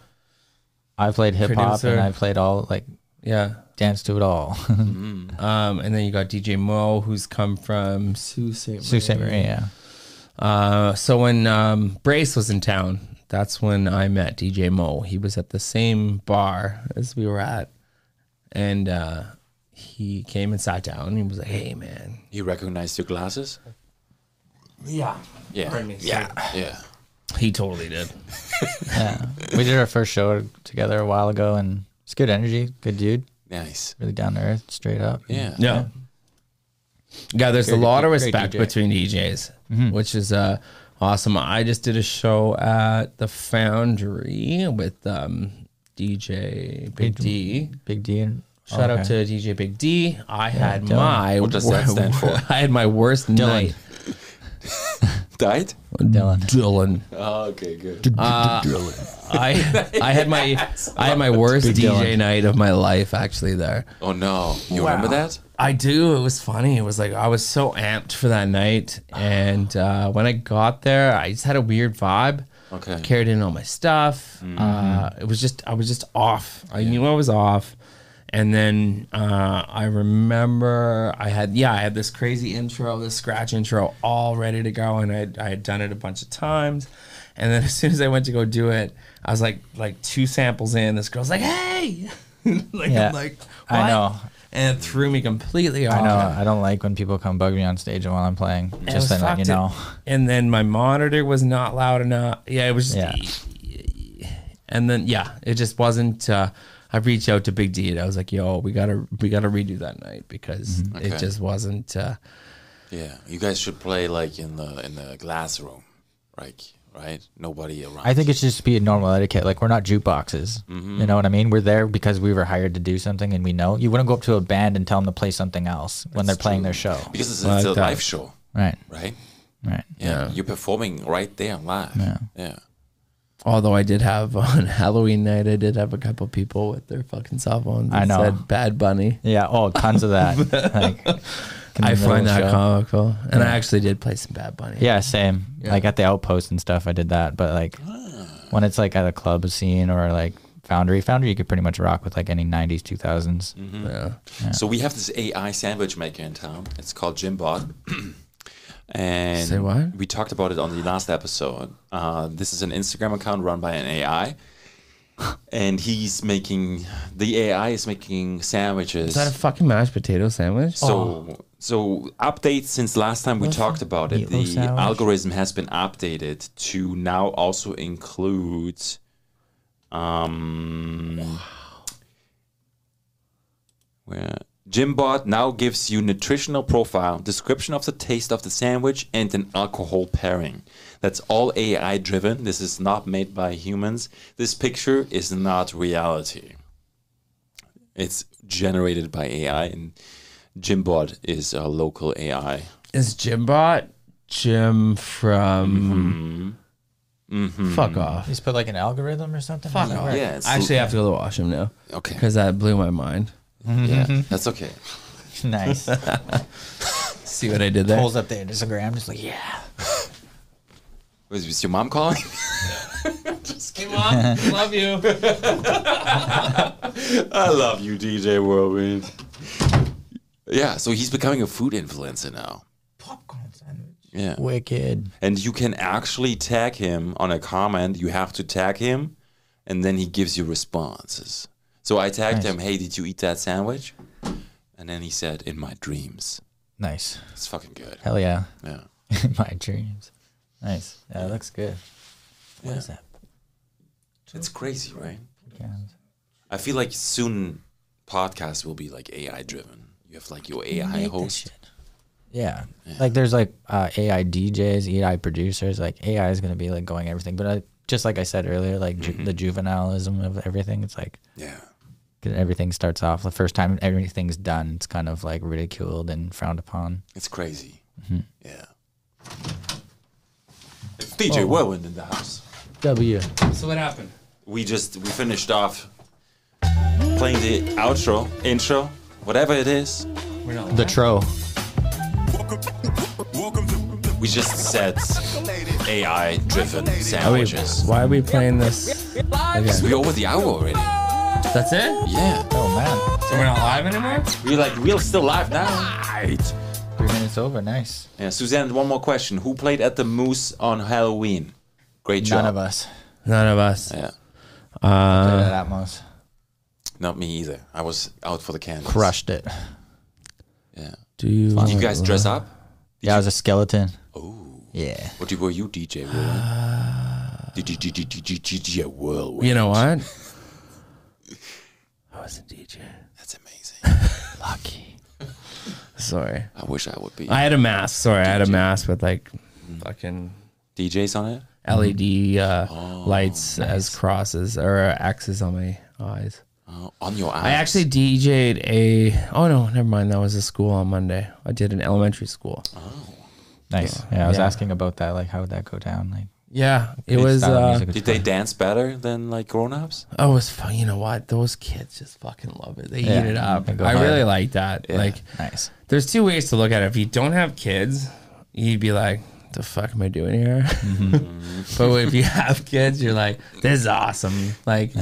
I played hip hop
Producer.
and I played all like
yeah.
dance to it all.
Um, and then you got DJ Mo, who's come from Sault Ste.
Sault Ste. Marie, yeah.
Uh, so when um, Brace was in town, that's when I met DJ Mo. He was at the same bar as we were at, and uh, he came and sat down. And he was like, "Hey, man,
You recognize your glasses?
yeah,
Yeah.
yeah."
Yeah.
He totally did.
yeah. We did our first show together a while ago, and it's good energy, good dude,
Nice.
really down to earth, straight up.
Yeah.
Yeah. Yeah, there's a
Great-
lot of
great
respect
DJ.
between DJs,
Mm-hmm.
which is uh, awesome. I just did a show at the Foundry with um, DJ Big D.
Big D and
Shout
okay.
out to DJ Big D. I had
Dylan.
my
What does that stand for?
I had my worst night.
Died?
Dylan.
Dylan.
Oh, okay, good.
I I had my I had my worst
Big
DJ
Dylan.
night of my life actually there.
Oh no. You remember that?
I do. It was funny. It was like I was so amped for that night, and uh, when I got there, I just had a weird vibe.
Okay.
carried in all my stuff.
Mm-hmm.
Uh, it was just I was just off. I knew I was off, and then uh, I remember I had yeah I had this crazy intro, this scratch intro, all ready to go, and I had, I had done it a bunch of times, and then as soon as I went to go do it, I was like like two samples in. This girl's like, hey, like
Yeah.
I'm like
I
"What?"
know.
and it threw me completely off.
I know. I don't like when people come bug me on stage while I'm playing.
And
Just
it
to
was
let you
fucked.
know.
And then my monitor was not loud enough. Yeah, it was.
Yeah.
Just, And then yeah, it just wasn't. Uh, I reached out to Big D and I was like, "Yo, we gotta we gotta redo that night because
Mm-hmm.
Okay.
it just wasn't." Uh,
Yeah. You guys should play like in the in the glass room. Like right? Nobody around.
I think it should just be a normal etiquette. Like we're not jukeboxes.
Mm-hmm.
You know what I mean? We're there because we were hired to do something, and we know you wouldn't go up to a band and tell them to play something else when they're playing their show.
because it's,
Like
it's a
that.
live show,
Right.
right?
Right.
Yeah. You're performing right there live. Yeah. Yeah.
although I did have on Halloween night, I did have a couple people with their fucking cell phones.
I
that
know.
Said Bad Bunny.
Yeah. Oh, tons of that. like, in the
I
middle
find
of the
that
show.
comical, and I actually did play some Bad Bunny.
Yeah, same. Like at the outpost and stuff, I did that. But like when it's like at a club scene or like Foundry, Foundry, you could pretty much rock with like any '90s, 2000s.
yeah.
So we have this AI sandwich maker in town. It's called Jimbot. and
Say what?
we talked about it on the last episode. Uh, this is an Instagram account run by an AI. And he's making the AI is making sandwiches.
Is that a fucking mashed potato sandwich? Oh.
So, so updates since last time we talked about it. The
Meatloaf sandwich?
algorithm has been updated to now also include, um, where Jimbot now gives you nutritional profile, description of the taste of the sandwich, and an alcohol pairing. That's all AI driven. This is not made by humans. This picture is not reality. It's generated by AI, and Jimbot is a local AI.
Is Jimbot Jim from? Fuck off.
Just put like an algorithm or something.
Fuck off.
Yeah, it's-
I actually have to go to the washroom now
Okay.
because that blew my mind.
Yeah, that's okay.
Nice.
See what I did there?
Pulls up the Instagram, just like yeah.
Was, was your mom calling? Just
Hey,
kidding.
Mom, love you.
I love you, DJ Whirlwind. Yeah, so he's becoming a food influencer now.
Popcorn sandwich.
Yeah.
Wicked.
And you can actually tag him on a comment. You have to tag him, and then he gives you responses. So I tagged him, hey, did you eat that sandwich? And then he said, in my dreams.
Nice.
It's fucking good.
Hell yeah.
Yeah.
My dreams. Nice. Yeah, it looks good. What is that?
It's crazy, right?
Pecan.
I feel like soon podcasts will be like AI driven. You have like your AI host.
Yeah. Like there's like uh, AI DJs, AI producers. Like AI is gonna be like going everything, but I, just like I said earlier, like ju- the juvenilism of everything. It's like
Yeah.
'cause everything starts off the first time everything's done. It's kind of like ridiculed and frowned upon.
It's crazy.
Mm-hmm.
Yeah. It's
Oh.
DJ Whirlwind in the house.
W.
So what happened?
we just we finished off playing the outro, intro, whatever it is.
We're not.
The tro.
Welcome, welcome to
We just said
lady.
AI driven
Are we,
sandwiches.
why are we playing this?
We
Again?
over the hour already.
That's it?
Yeah.
Oh man,
So we're not live anymore?
We're like we're still live now.
three minutes over. Nice.
Yeah, Suzanne, one more question. Who played at the Moose on Halloween? Great job.
None of us.
None of us.
Yeah.
Did
Uh,
it at most.
Not me either. I was out for the candles.
Crushed it.
Yeah.
do you,
Did you guys dress up?
yeah, I was a skeleton.
Oh.
Yeah.
What were you, DJ Whirlwind? DJ Whirlwind.
Uh, You know what? I was a DJ.
That's amazing.
Lucky. Sorry.
I wish I would be.
I had a mask. Sorry, I had a mask with like fucking
DJs on it?
LED uh, lights as crosses or axes on my eyes.
Oh, on your eyes.
I actually DJ'd a. Oh no, never mind. That was a school on Monday. I did an elementary school.
Nice. Yeah, I was
Yeah.
asking about that. Like, how would that go down? Like,
Yeah, it was.
style of
Uh,
music is
Did
fun.
they dance better than like grown-ups?
I was. fu- You know what? Those kids just fucking love it. They
Yeah,
eat it up.
they go
I
hard.
really like that. Like,
Nice.
there's two ways to look at it. If you don't have kids, you'd be like, "The fuck am I doing here?"
Mm-hmm.
but if you have kids, you're like, "This is awesome!" Like,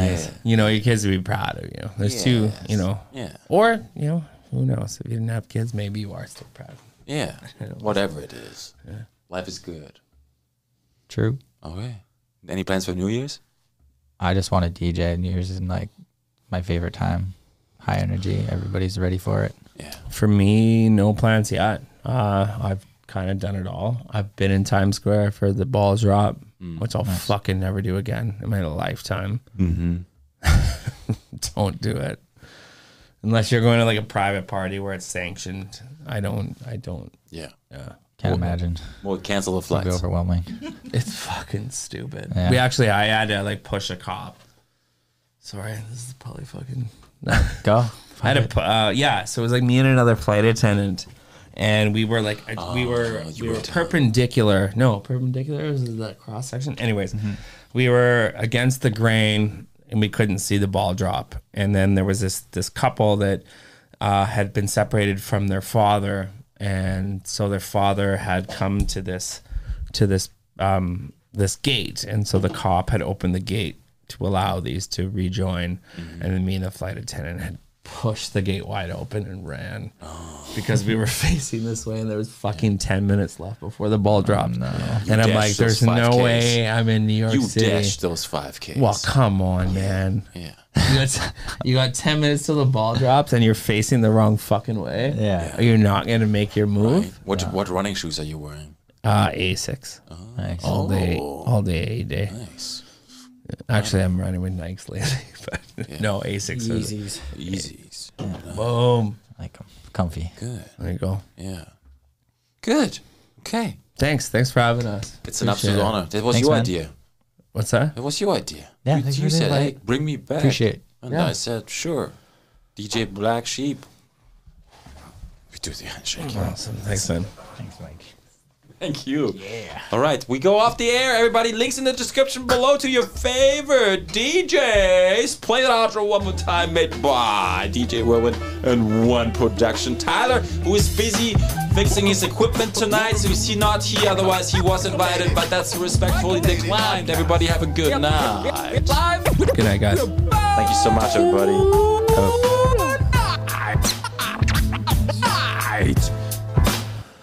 you know, your kids would be proud of you. There's two. You know.
Yeah.
Or you know, who knows? If you didn't have kids, maybe you are still proud.
Yeah. Whatever it is. Life is good.
True.
Okay. Any plans for New Year's?
I just want to DJ. New Year's is like my favorite time. High energy. Everybody's ready for it.
Yeah.
For me, no plans yet. Uh, I've kind of done it all. I've been in Times Square for the ball drop, which I'll fucking never do again in my lifetime. Mm-hmm. don't do it unless you're going to like a private party where it's sanctioned. I don't. I don't.
Yeah.
Can't imagine.
Well, cancel the
It'd be
flights.
overwhelming.
It's fucking stupid.
Yeah.
We actually, I had to like push a cop. Sorry, this is probably fucking. No.
Go.
I had a p- uh, yeah, so it was like me and another flight attendant, and we were like I we were
you
we
were
were
telling
perpendicular. No, perpendicular is that cross section. Anyways, we were against the grain and we couldn't see the ball drop. And then there was this this couple that uh, had been separated from their father, and so their father had come to this to this um, this gate, and so the cop had opened the gate to allow these to rejoin, and then me and the flight attendant had pushed the gate wide open and ran because we were facing this way, and there was fucking ten minutes left before the ball dropped. And I'm
Oh, dashed
like, "There's
those
no
5Ks.
way I'm in New York
You
City."
dashed those five Ks.
Well, come on, man.
yeah.
You got, you got 10 minutes till the ball drops and you're facing the wrong fucking way.
Yeah.
You're not going to make your move.
What what running shoes are you wearing?
Uh, A6.
Nice.
All day,
Oh.
all day, a day.
Nice.
Actually, I'm running with Nikes lately, but no, A6. is-
Easy.
Boom.
Like 'em. comfy.
Good.
There you go.
Yeah. Good. Okay.
Thanks. Thanks for having us.
It's an
Appreciate
absolute
it.
honor. That was
Thanks,
your
man.
idea.
What's that?
That was your idea.
Yeah,
You,
thanks
you
for the
said, hey,
invite.
bring me back.
Appreciate it.
And
Yeah.
I said, sure. DJ Black Sheep. We do the handshake.
Awesome. Thanks, man.
Thanks, Mike.
Thank you. Yeah. All right, we go off the air, everybody. Links in the description below to your favorite DJs. Play that outro one more time, made by DJ Whirlwind and One Production. Tyler, who is busy fixing his equipment tonight, so is he not here? Otherwise, he was invited, but that's respectfully declined. Everybody have a good night.
Good night, guys.
Thank you so much, everybody. Have a